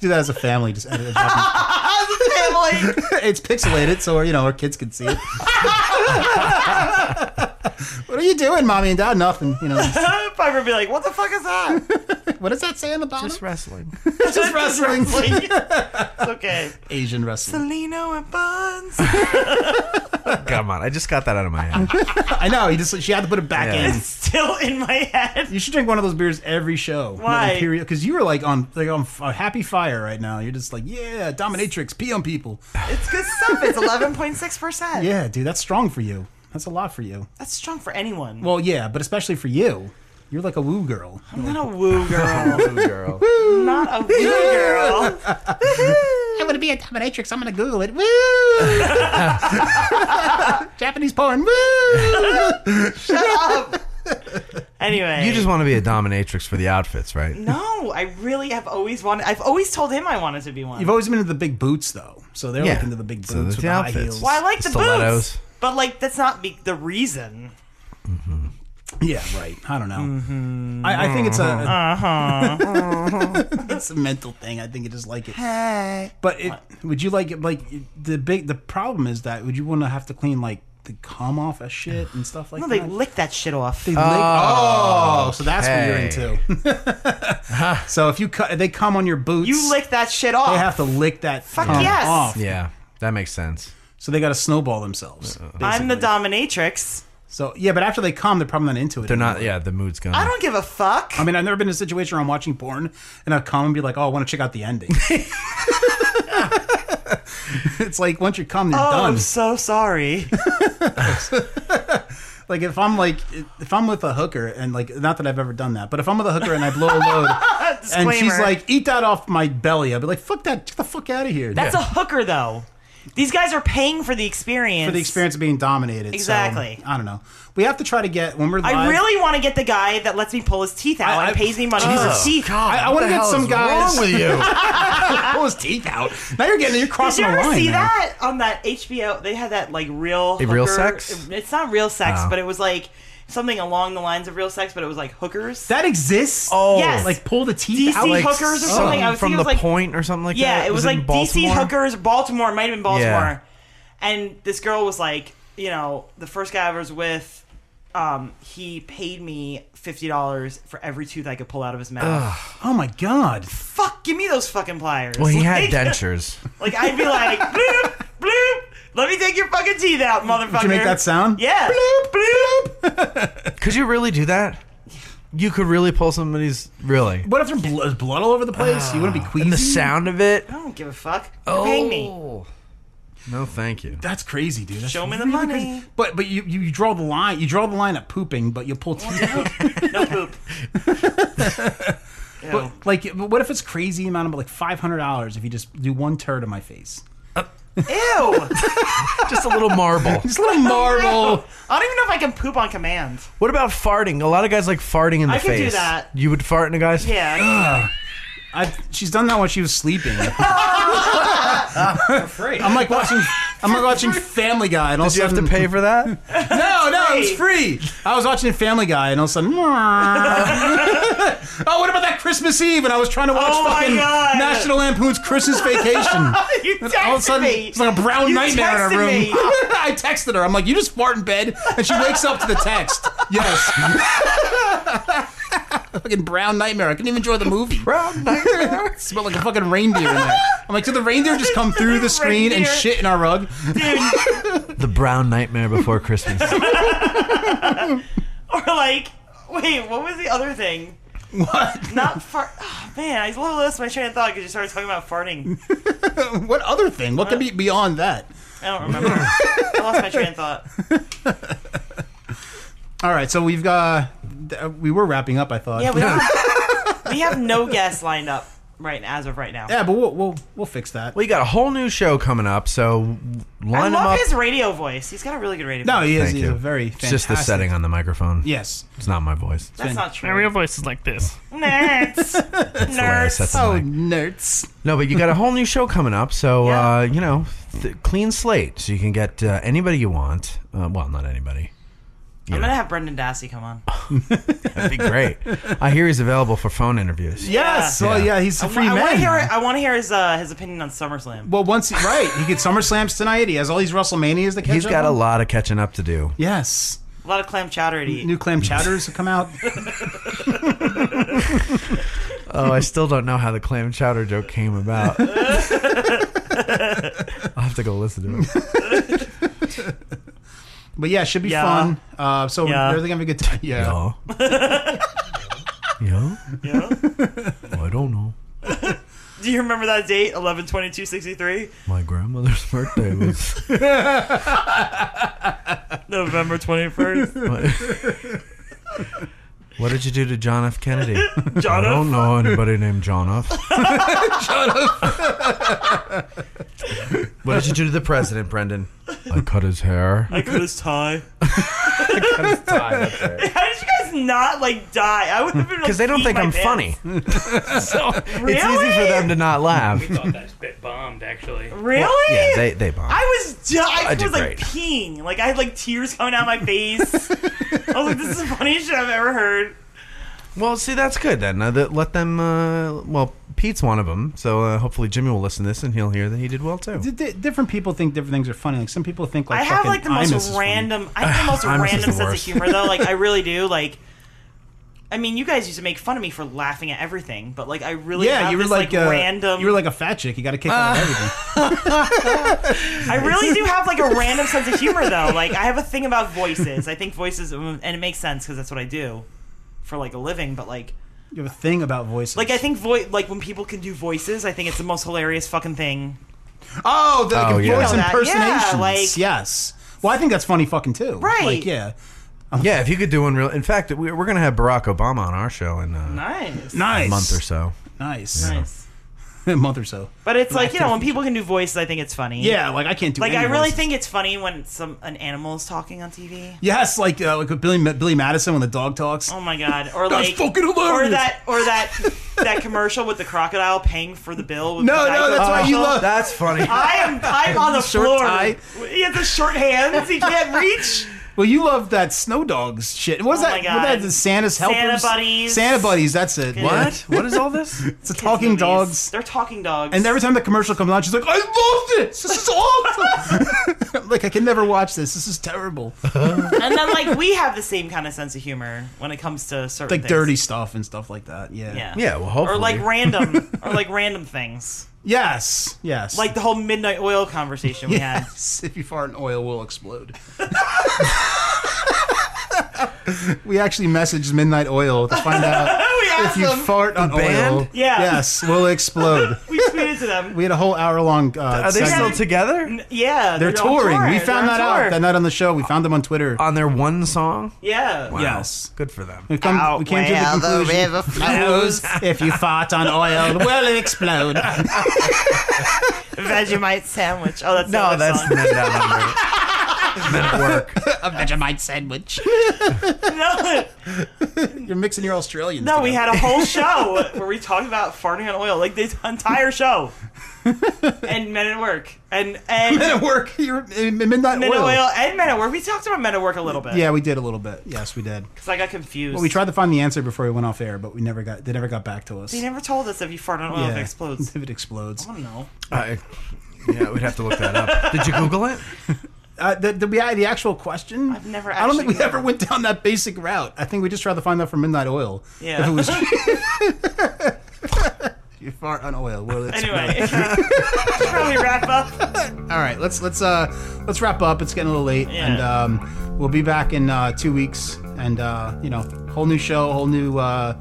Speaker 2: do that as a family. Just edit a Japanese.
Speaker 7: Family.
Speaker 2: it's pixelated, so you know our kids can see it. what are you doing, mommy and dad? Nothing. You know.
Speaker 7: Piper would be like, what the fuck is that?
Speaker 2: What does that say on the bottom?
Speaker 5: Just wrestling.
Speaker 7: Just
Speaker 2: wrestling.
Speaker 7: it's okay.
Speaker 2: Asian wrestling.
Speaker 7: Lino and Buns.
Speaker 5: Come on, I just got that out of my head.
Speaker 2: I know. You just she had to put it back
Speaker 5: Yeah.
Speaker 2: in.
Speaker 7: It's still in my head.
Speaker 2: You should drink one of those beers every show.
Speaker 7: Why?
Speaker 2: Because you were like on like on f- a happy fire right now. You're just like, yeah, dominatrix, pee on people.
Speaker 7: It's good stuff. It's 11.6%.
Speaker 2: Yeah, dude, that's strong for you. That's a lot for you.
Speaker 7: That's strong for anyone.
Speaker 2: Well, yeah, but especially for you. You're like a woo girl.
Speaker 7: I'm not a woo girl.
Speaker 5: girl.
Speaker 7: not a woo girl.
Speaker 2: I want to be a dominatrix. I'm gonna Google it. Woo! Japanese porn. Woo!
Speaker 7: Anyway.
Speaker 5: You just want to be a dominatrix for the outfits, right?
Speaker 7: No, I really have always wanted. I've always told him I wanted to be one.
Speaker 2: You've always been into the big boots, though. So they're like into the big boots
Speaker 5: So
Speaker 2: with
Speaker 5: the
Speaker 2: the high
Speaker 5: outfits.
Speaker 2: heels.
Speaker 7: well, I like the
Speaker 5: Stilettos.
Speaker 7: boots, but like that's not be- the reason.
Speaker 2: Yeah, right. I don't know.
Speaker 7: Mm-hmm.
Speaker 2: I, I think it's a
Speaker 7: Uh-huh.
Speaker 2: it's a mental thing. I think you just like it. But it, would you like it? Like the big the problem is that would you want to have to clean like the cum off as shit and stuff like
Speaker 7: No,
Speaker 2: that?
Speaker 7: they lick that shit off.
Speaker 2: They lick- oh, so that's what you're
Speaker 5: okay. Uh-huh.
Speaker 2: into. so if you cut, they come on your boots.
Speaker 7: you lick that shit off.
Speaker 2: They have to lick that
Speaker 7: Fuck
Speaker 2: cum
Speaker 7: yes.
Speaker 2: off.
Speaker 5: Yeah, that makes sense.
Speaker 2: So they got to snowball themselves.
Speaker 7: I'm the
Speaker 2: basically.
Speaker 7: dominatrix.
Speaker 2: So yeah, but after they come, they're probably not into it.
Speaker 5: They're not.
Speaker 2: anymore.
Speaker 5: Yeah, the mood's gone.
Speaker 7: I don't give a fuck.
Speaker 2: I mean, I've never been in a situation where I'm watching porn and I come and be like, "Oh, I want to check out the ending." it's like once you come, you're
Speaker 7: oh,
Speaker 2: done.
Speaker 7: I'm so sorry.
Speaker 2: Like if I'm like if I'm with a hooker and like not that I've ever done that, but if I'm with a hooker and I blow a load and she's
Speaker 7: Disclaimer.
Speaker 2: like, "Eat that off my belly," I'll be like, "Fuck that! Get the fuck out of here!"
Speaker 7: That's a hooker though.
Speaker 3: These guys are paying for the experience.
Speaker 2: for the experience of being dominated. so,
Speaker 3: Exactly.
Speaker 2: I don't know. We have to try to get when we're. Live,
Speaker 3: I really want to get the guy that lets me pull his teeth out
Speaker 2: I-
Speaker 3: and pays me money for his teeth.
Speaker 2: I, I want to
Speaker 5: the
Speaker 2: get
Speaker 5: hell
Speaker 2: some
Speaker 5: is
Speaker 2: guys.
Speaker 5: wrong with you?
Speaker 2: Pull his teeth out. Now you're getting you're
Speaker 3: Did
Speaker 2: crossing
Speaker 3: you
Speaker 2: the
Speaker 3: ever
Speaker 2: line.
Speaker 3: see
Speaker 2: there.
Speaker 3: that on that HBO? They had that like real
Speaker 5: A real
Speaker 3: hooker-
Speaker 5: sex?
Speaker 3: It's not real sex,
Speaker 5: Oh.
Speaker 3: but it was like something along the lines of real sex, but it was like hookers.
Speaker 2: That exists.
Speaker 5: Oh,
Speaker 3: Yes.
Speaker 2: like pull the teeth
Speaker 3: DC
Speaker 2: out.
Speaker 5: like
Speaker 3: hookers or
Speaker 5: some-
Speaker 3: something. I was
Speaker 5: from
Speaker 3: thinking it
Speaker 5: the
Speaker 3: was like
Speaker 5: point or something like that.
Speaker 3: yeah, it was,
Speaker 5: in
Speaker 3: like DC
Speaker 5: Baltimore?
Speaker 3: hookers, Baltimore. It might have been Baltimore. And this girl was like, you know, the first guy I was with, um, he paid me fifty dollars for every tooth I could pull out of his mouth.
Speaker 2: oh my god.
Speaker 3: Fuck, give me those fucking pliers.
Speaker 5: Well, he had
Speaker 3: Like-
Speaker 5: dentures.
Speaker 3: Like I'd be like, bloop, bloop. Let me take your fucking teeth out, motherfucker.
Speaker 2: Did you make that sound?
Speaker 3: Yeah.
Speaker 5: Could you really do that? You could really pull somebody's really.
Speaker 2: What if there's bl- there's blood all over the place? you wouldn't be queasy.
Speaker 5: And the sound of it.
Speaker 3: I don't give a fuck. You're paying
Speaker 5: Oh.
Speaker 3: me.
Speaker 5: No, thank you.
Speaker 2: That's crazy, dude. That's
Speaker 3: Show me the
Speaker 2: really
Speaker 3: money.
Speaker 2: crazy. But but you, you you draw the line. You draw the line at pooping, but you pull teeth. out.
Speaker 3: No poop. Ew.
Speaker 2: Like, but what if it's crazy amount of like five hundred dollars if you just do one turd on my face?
Speaker 3: Ew.
Speaker 5: Just a little marble.
Speaker 2: Just a little marble.
Speaker 3: I don't even know if I can poop on command.
Speaker 5: What about farting? A lot of guys like farting in the
Speaker 3: I
Speaker 5: face.
Speaker 3: could do that.
Speaker 5: You would fart in a guy's.
Speaker 3: Yeah.
Speaker 2: I, she's done that when she was sleeping. I'm like watching. I'm like watching Family Guy, and all
Speaker 5: Did you
Speaker 2: of a
Speaker 5: have to
Speaker 2: sudden,
Speaker 5: pay for that?
Speaker 2: No, no, it was free. I was watching Family Guy, and all of a sudden, oh, what about that Christmas Eve? And I was trying to watch
Speaker 3: Oh my
Speaker 2: fucking
Speaker 3: God.
Speaker 2: National Lampoon's Christmas Vacation.
Speaker 3: you
Speaker 2: And all of a
Speaker 3: texted
Speaker 2: sudden,
Speaker 3: me.
Speaker 2: it's like a brown
Speaker 3: You
Speaker 2: nightmare in
Speaker 3: texted
Speaker 2: her room.
Speaker 3: me.
Speaker 2: I texted her. I'm like, you just fart in bed, and she wakes up to the text. Yes. fucking brown nightmare. I couldn't even enjoy the movie.
Speaker 5: Brown nightmare.
Speaker 2: It smelled like a fucking reindeer in there. I'm like, did the reindeer just come through the screen and
Speaker 3: Reindeer.
Speaker 2: shit in our rug?
Speaker 5: the brown nightmare before Christmas.
Speaker 3: Or like, wait, what was the other thing?
Speaker 2: What?
Speaker 3: Not fart. Oh, man, I lost my train of thought because you started talking about farting.
Speaker 2: What other thing? What could
Speaker 3: Uh,
Speaker 2: be beyond that?
Speaker 3: I don't remember. I lost my train of thought.
Speaker 2: All right, so we've got. th- uh, We were wrapping up, I thought.
Speaker 3: Yeah, we, don't we have no guests lined up right as of right now.
Speaker 2: Yeah, but we'll we'll, we'll fix that.
Speaker 5: we got a whole new show coming up, so
Speaker 3: I
Speaker 5: line them
Speaker 3: love
Speaker 5: up.
Speaker 3: his radio voice. He's got a really good radio.
Speaker 2: no,
Speaker 3: voice.
Speaker 2: he is.
Speaker 5: Thank
Speaker 2: He's
Speaker 5: you.
Speaker 2: a very
Speaker 5: It's
Speaker 2: fantastic.
Speaker 5: just the setting on the microphone.
Speaker 2: Yes.
Speaker 5: It's not my voice.
Speaker 3: that's not true.
Speaker 4: My real voice is like this.
Speaker 3: Nerds,
Speaker 5: Hilarious,
Speaker 3: nerds.
Speaker 5: that's the
Speaker 2: Oh,
Speaker 5: mic.
Speaker 2: nerds.
Speaker 5: No, but you got a whole new show coming up, so
Speaker 3: Yeah.
Speaker 5: uh, you know, th- clean slate, so you can get uh, anybody you want. Uh, well, not anybody.
Speaker 3: I'm gonna have Brendan Dassey come on.
Speaker 5: That'd be great. I hear he's available for phone interviews.
Speaker 2: Yes. Well, yeah, he's a
Speaker 3: I,
Speaker 2: free
Speaker 3: want
Speaker 2: man.
Speaker 3: to hear. I want to hear his uh, his opinion on SummerSlam.
Speaker 2: well, once he, right, he gets SummerSlams tonight. He has all these WrestleManias to catch
Speaker 5: He's
Speaker 2: up
Speaker 5: got a
Speaker 2: on.
Speaker 5: lot of catching up to do.
Speaker 2: Yes.
Speaker 3: A lot of clam chowder to eat.
Speaker 2: New clam chowders have come out.
Speaker 5: Oh, I still don't know how the clam chowder joke came about. I'll have to go listen to it.
Speaker 2: But yeah, it should be
Speaker 3: Yeah.
Speaker 2: fun. Uh, so
Speaker 3: Yeah.
Speaker 2: they're gonna have a good time. Yeah.
Speaker 5: Yo. Yo?
Speaker 3: Yeah.
Speaker 5: I don't know.
Speaker 3: Do you remember that date? 11 22 63
Speaker 5: My grandmother's birthday was.
Speaker 3: November twenty first.
Speaker 5: What, What did you do to John F. Kennedy? I
Speaker 3: John
Speaker 5: don't
Speaker 3: F.
Speaker 5: know anybody named John F. What did you do to the president, Brendan? I cut his hair.
Speaker 3: I cut his tie.
Speaker 5: Because
Speaker 3: How did you guys not like die? I would have been because
Speaker 5: they don't think I'm funny.
Speaker 4: So
Speaker 3: Really?
Speaker 5: It's easy for them to not laugh.
Speaker 8: We thought that bit bombed, actually.
Speaker 3: Really?
Speaker 5: Yeah, they, they bomb.
Speaker 3: I was di- I,
Speaker 5: I did
Speaker 3: was like
Speaker 5: great.
Speaker 3: peeing. Like I had like tears coming out of my face. I was like, this is the funniest shit I've ever heard.
Speaker 5: Well, see, that's good then. Uh, that, let them. Uh, well, Pete's one of them, so uh, hopefully Jimmy will listen to this and he'll hear that he did well too.
Speaker 2: D- d- different people think different things are funny. Like some people think like
Speaker 3: I have
Speaker 2: fucking
Speaker 3: like the
Speaker 2: Imus is
Speaker 3: most
Speaker 2: funny.
Speaker 3: random. I have the most
Speaker 5: Imus is
Speaker 3: random
Speaker 5: the
Speaker 3: sense of
Speaker 5: worst.
Speaker 3: humor though. Like I really do. Like, I mean, you guys used to make fun of me for laughing at everything, but like I really
Speaker 2: Yeah,
Speaker 3: have
Speaker 2: you were
Speaker 3: this,
Speaker 2: like,
Speaker 3: like,
Speaker 2: uh,
Speaker 3: random.
Speaker 2: You were like a fat chick. You got a kick out of everything.
Speaker 3: I really do have like a random sense of humor though. Like I have a thing about voices. I think voices, um, and it makes sense because that's what I do for like a living. But like.
Speaker 2: You have a thing about voices.
Speaker 3: Like I think voi- like when people can do voices, I think it's the most hilarious fucking thing.
Speaker 2: Oh, the like,
Speaker 5: Oh, yeah.
Speaker 2: voice
Speaker 5: You know
Speaker 3: that.
Speaker 2: impersonations.
Speaker 3: Yeah, like-
Speaker 2: yes. Well, I think that's funny fucking too.
Speaker 3: Right.
Speaker 2: Like, yeah.
Speaker 5: Yeah, if you could do one real. In fact, we- we're gonna have Barack Obama on our show in uh,
Speaker 3: Nice.
Speaker 2: Nice.
Speaker 5: a month or so.
Speaker 2: Nice.
Speaker 3: Nice.
Speaker 2: a month or so.
Speaker 3: But it's like you know when people can do voices, I think it's funny.
Speaker 2: Yeah, like I can't do.
Speaker 3: like
Speaker 2: any
Speaker 3: I really
Speaker 2: voices.
Speaker 3: think it's funny when some an animal is talking on TV.
Speaker 2: Yes, like uh, like with Billy Billy Madison when the dog talks.
Speaker 3: Oh my god! Or
Speaker 2: That's
Speaker 3: like
Speaker 2: fucking hilarious.
Speaker 3: Or that or that that commercial with the crocodile paying for the bill. With
Speaker 2: No,
Speaker 3: the
Speaker 2: no, that's why you
Speaker 3: commercial.
Speaker 2: love.
Speaker 7: That's funny.
Speaker 3: I am I'm on the
Speaker 2: Short
Speaker 3: floor.
Speaker 2: tie.
Speaker 3: He has the short hands. He can't reach.
Speaker 2: Well, you love that snow dogs shit. What is
Speaker 3: Oh
Speaker 2: that?
Speaker 3: my God.
Speaker 2: What that is Santa's
Speaker 3: Santa
Speaker 2: helpers?
Speaker 3: buddies.
Speaker 2: Santa buddies. That's it.
Speaker 7: What? What is all this?
Speaker 2: It's a talking
Speaker 3: Movies.
Speaker 2: dogs.
Speaker 3: They're talking dogs.
Speaker 2: And every time the commercial comes on, she's like, "I love this. This is awesome. like I can never watch this. This is terrible.
Speaker 3: and then like we have the same kind of sense of humor when it comes to certain
Speaker 2: Like
Speaker 3: things.
Speaker 2: dirty stuff and stuff like that. Yeah.
Speaker 3: Yeah.
Speaker 7: Yeah, well, hopefully.
Speaker 3: Or like random, or like random things,
Speaker 2: Yes. Yes.
Speaker 3: like the whole midnight oil conversation we had.
Speaker 2: yes. If you fart in oil, we'll explode. we actually messaged Midnight Oil to find out
Speaker 3: we
Speaker 2: if
Speaker 3: asked
Speaker 2: you
Speaker 3: them.
Speaker 2: fart on oil.
Speaker 7: band?
Speaker 3: Yeah.
Speaker 2: Yes, we'll explode.
Speaker 3: we tweeted to them.
Speaker 2: We had a whole hour long. Uh,
Speaker 7: Are they
Speaker 2: segment.
Speaker 7: still together?
Speaker 3: Yeah,
Speaker 2: They're,
Speaker 3: on
Speaker 2: touring.
Speaker 3: tour.
Speaker 2: We
Speaker 3: They're on
Speaker 2: found that
Speaker 3: tour.
Speaker 2: out that night on the show. We found them on Twitter.
Speaker 7: On their one song?
Speaker 3: Yeah.
Speaker 7: Wow.
Speaker 2: Yes.
Speaker 7: Good for them.
Speaker 2: We, come, we came to the conclusion. if you fart on oil, well, it explode.
Speaker 3: Vegemite sandwich. Oh, that's
Speaker 7: No, that's
Speaker 3: no,
Speaker 7: not that number. Meant work.
Speaker 2: A Vegemite sandwich.
Speaker 3: no.
Speaker 2: You're mixing your Australians.
Speaker 3: No, we
Speaker 2: together.
Speaker 3: had a whole show Oh, where we talked about farting on oil, like this entire show, and Men at Work, and and
Speaker 2: Men at work. You're in midnight
Speaker 3: Men at
Speaker 2: oil.
Speaker 3: Oil and Men at Work. We talked about Men at Work a little bit.
Speaker 2: Yeah, we did a little bit. Yes, we did.
Speaker 3: because I got confused.
Speaker 2: Well, we tried to find the answer before we went off air, but we never got. They never got back to us.
Speaker 3: They never told us if you fart on oil, if it explodes.
Speaker 2: If it explodes.
Speaker 3: I don't know.
Speaker 7: I, yeah, we'd have to look that up. Did you Google it?
Speaker 2: Uh, the, the, the, the actual question.
Speaker 3: I've never
Speaker 2: I don't think we
Speaker 3: actually-
Speaker 2: ever went down that basic route. I think we just tried to find out from Midnight Oil.
Speaker 3: Yeah.
Speaker 2: If it was. you fart on oil. Well, it's
Speaker 3: Anyway, probably wrap up.
Speaker 2: All right, let's let's uh let's wrap up. It's getting a little late,
Speaker 3: Yeah.
Speaker 2: and um, we'll be back in uh, two weeks, and uh, you know, whole new show, whole new uh,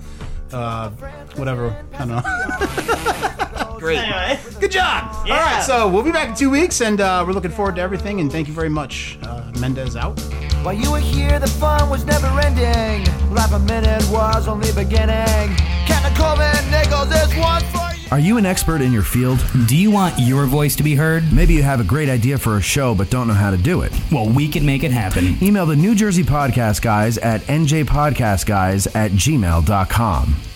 Speaker 2: uh, whatever. I don't know. Great,
Speaker 3: Anyway,
Speaker 2: good job. All
Speaker 3: Yeah.
Speaker 2: right, so we'll be back in two weeks, and uh, we're looking forward to everything. And thank you very much, uh, Mendez out.
Speaker 9: While you were here, the fun was never ending. Life a minute was only beginning. Captain Coleman Nichols is one for you.
Speaker 10: Are you an expert in your field?
Speaker 11: Do you want your voice to be heard?
Speaker 10: Maybe you have a great idea for a show but don't know how to do it.
Speaker 11: Well, we can make it happen.
Speaker 10: Email the New Jersey Podcast Guys at njpodcastguys at gmail.com.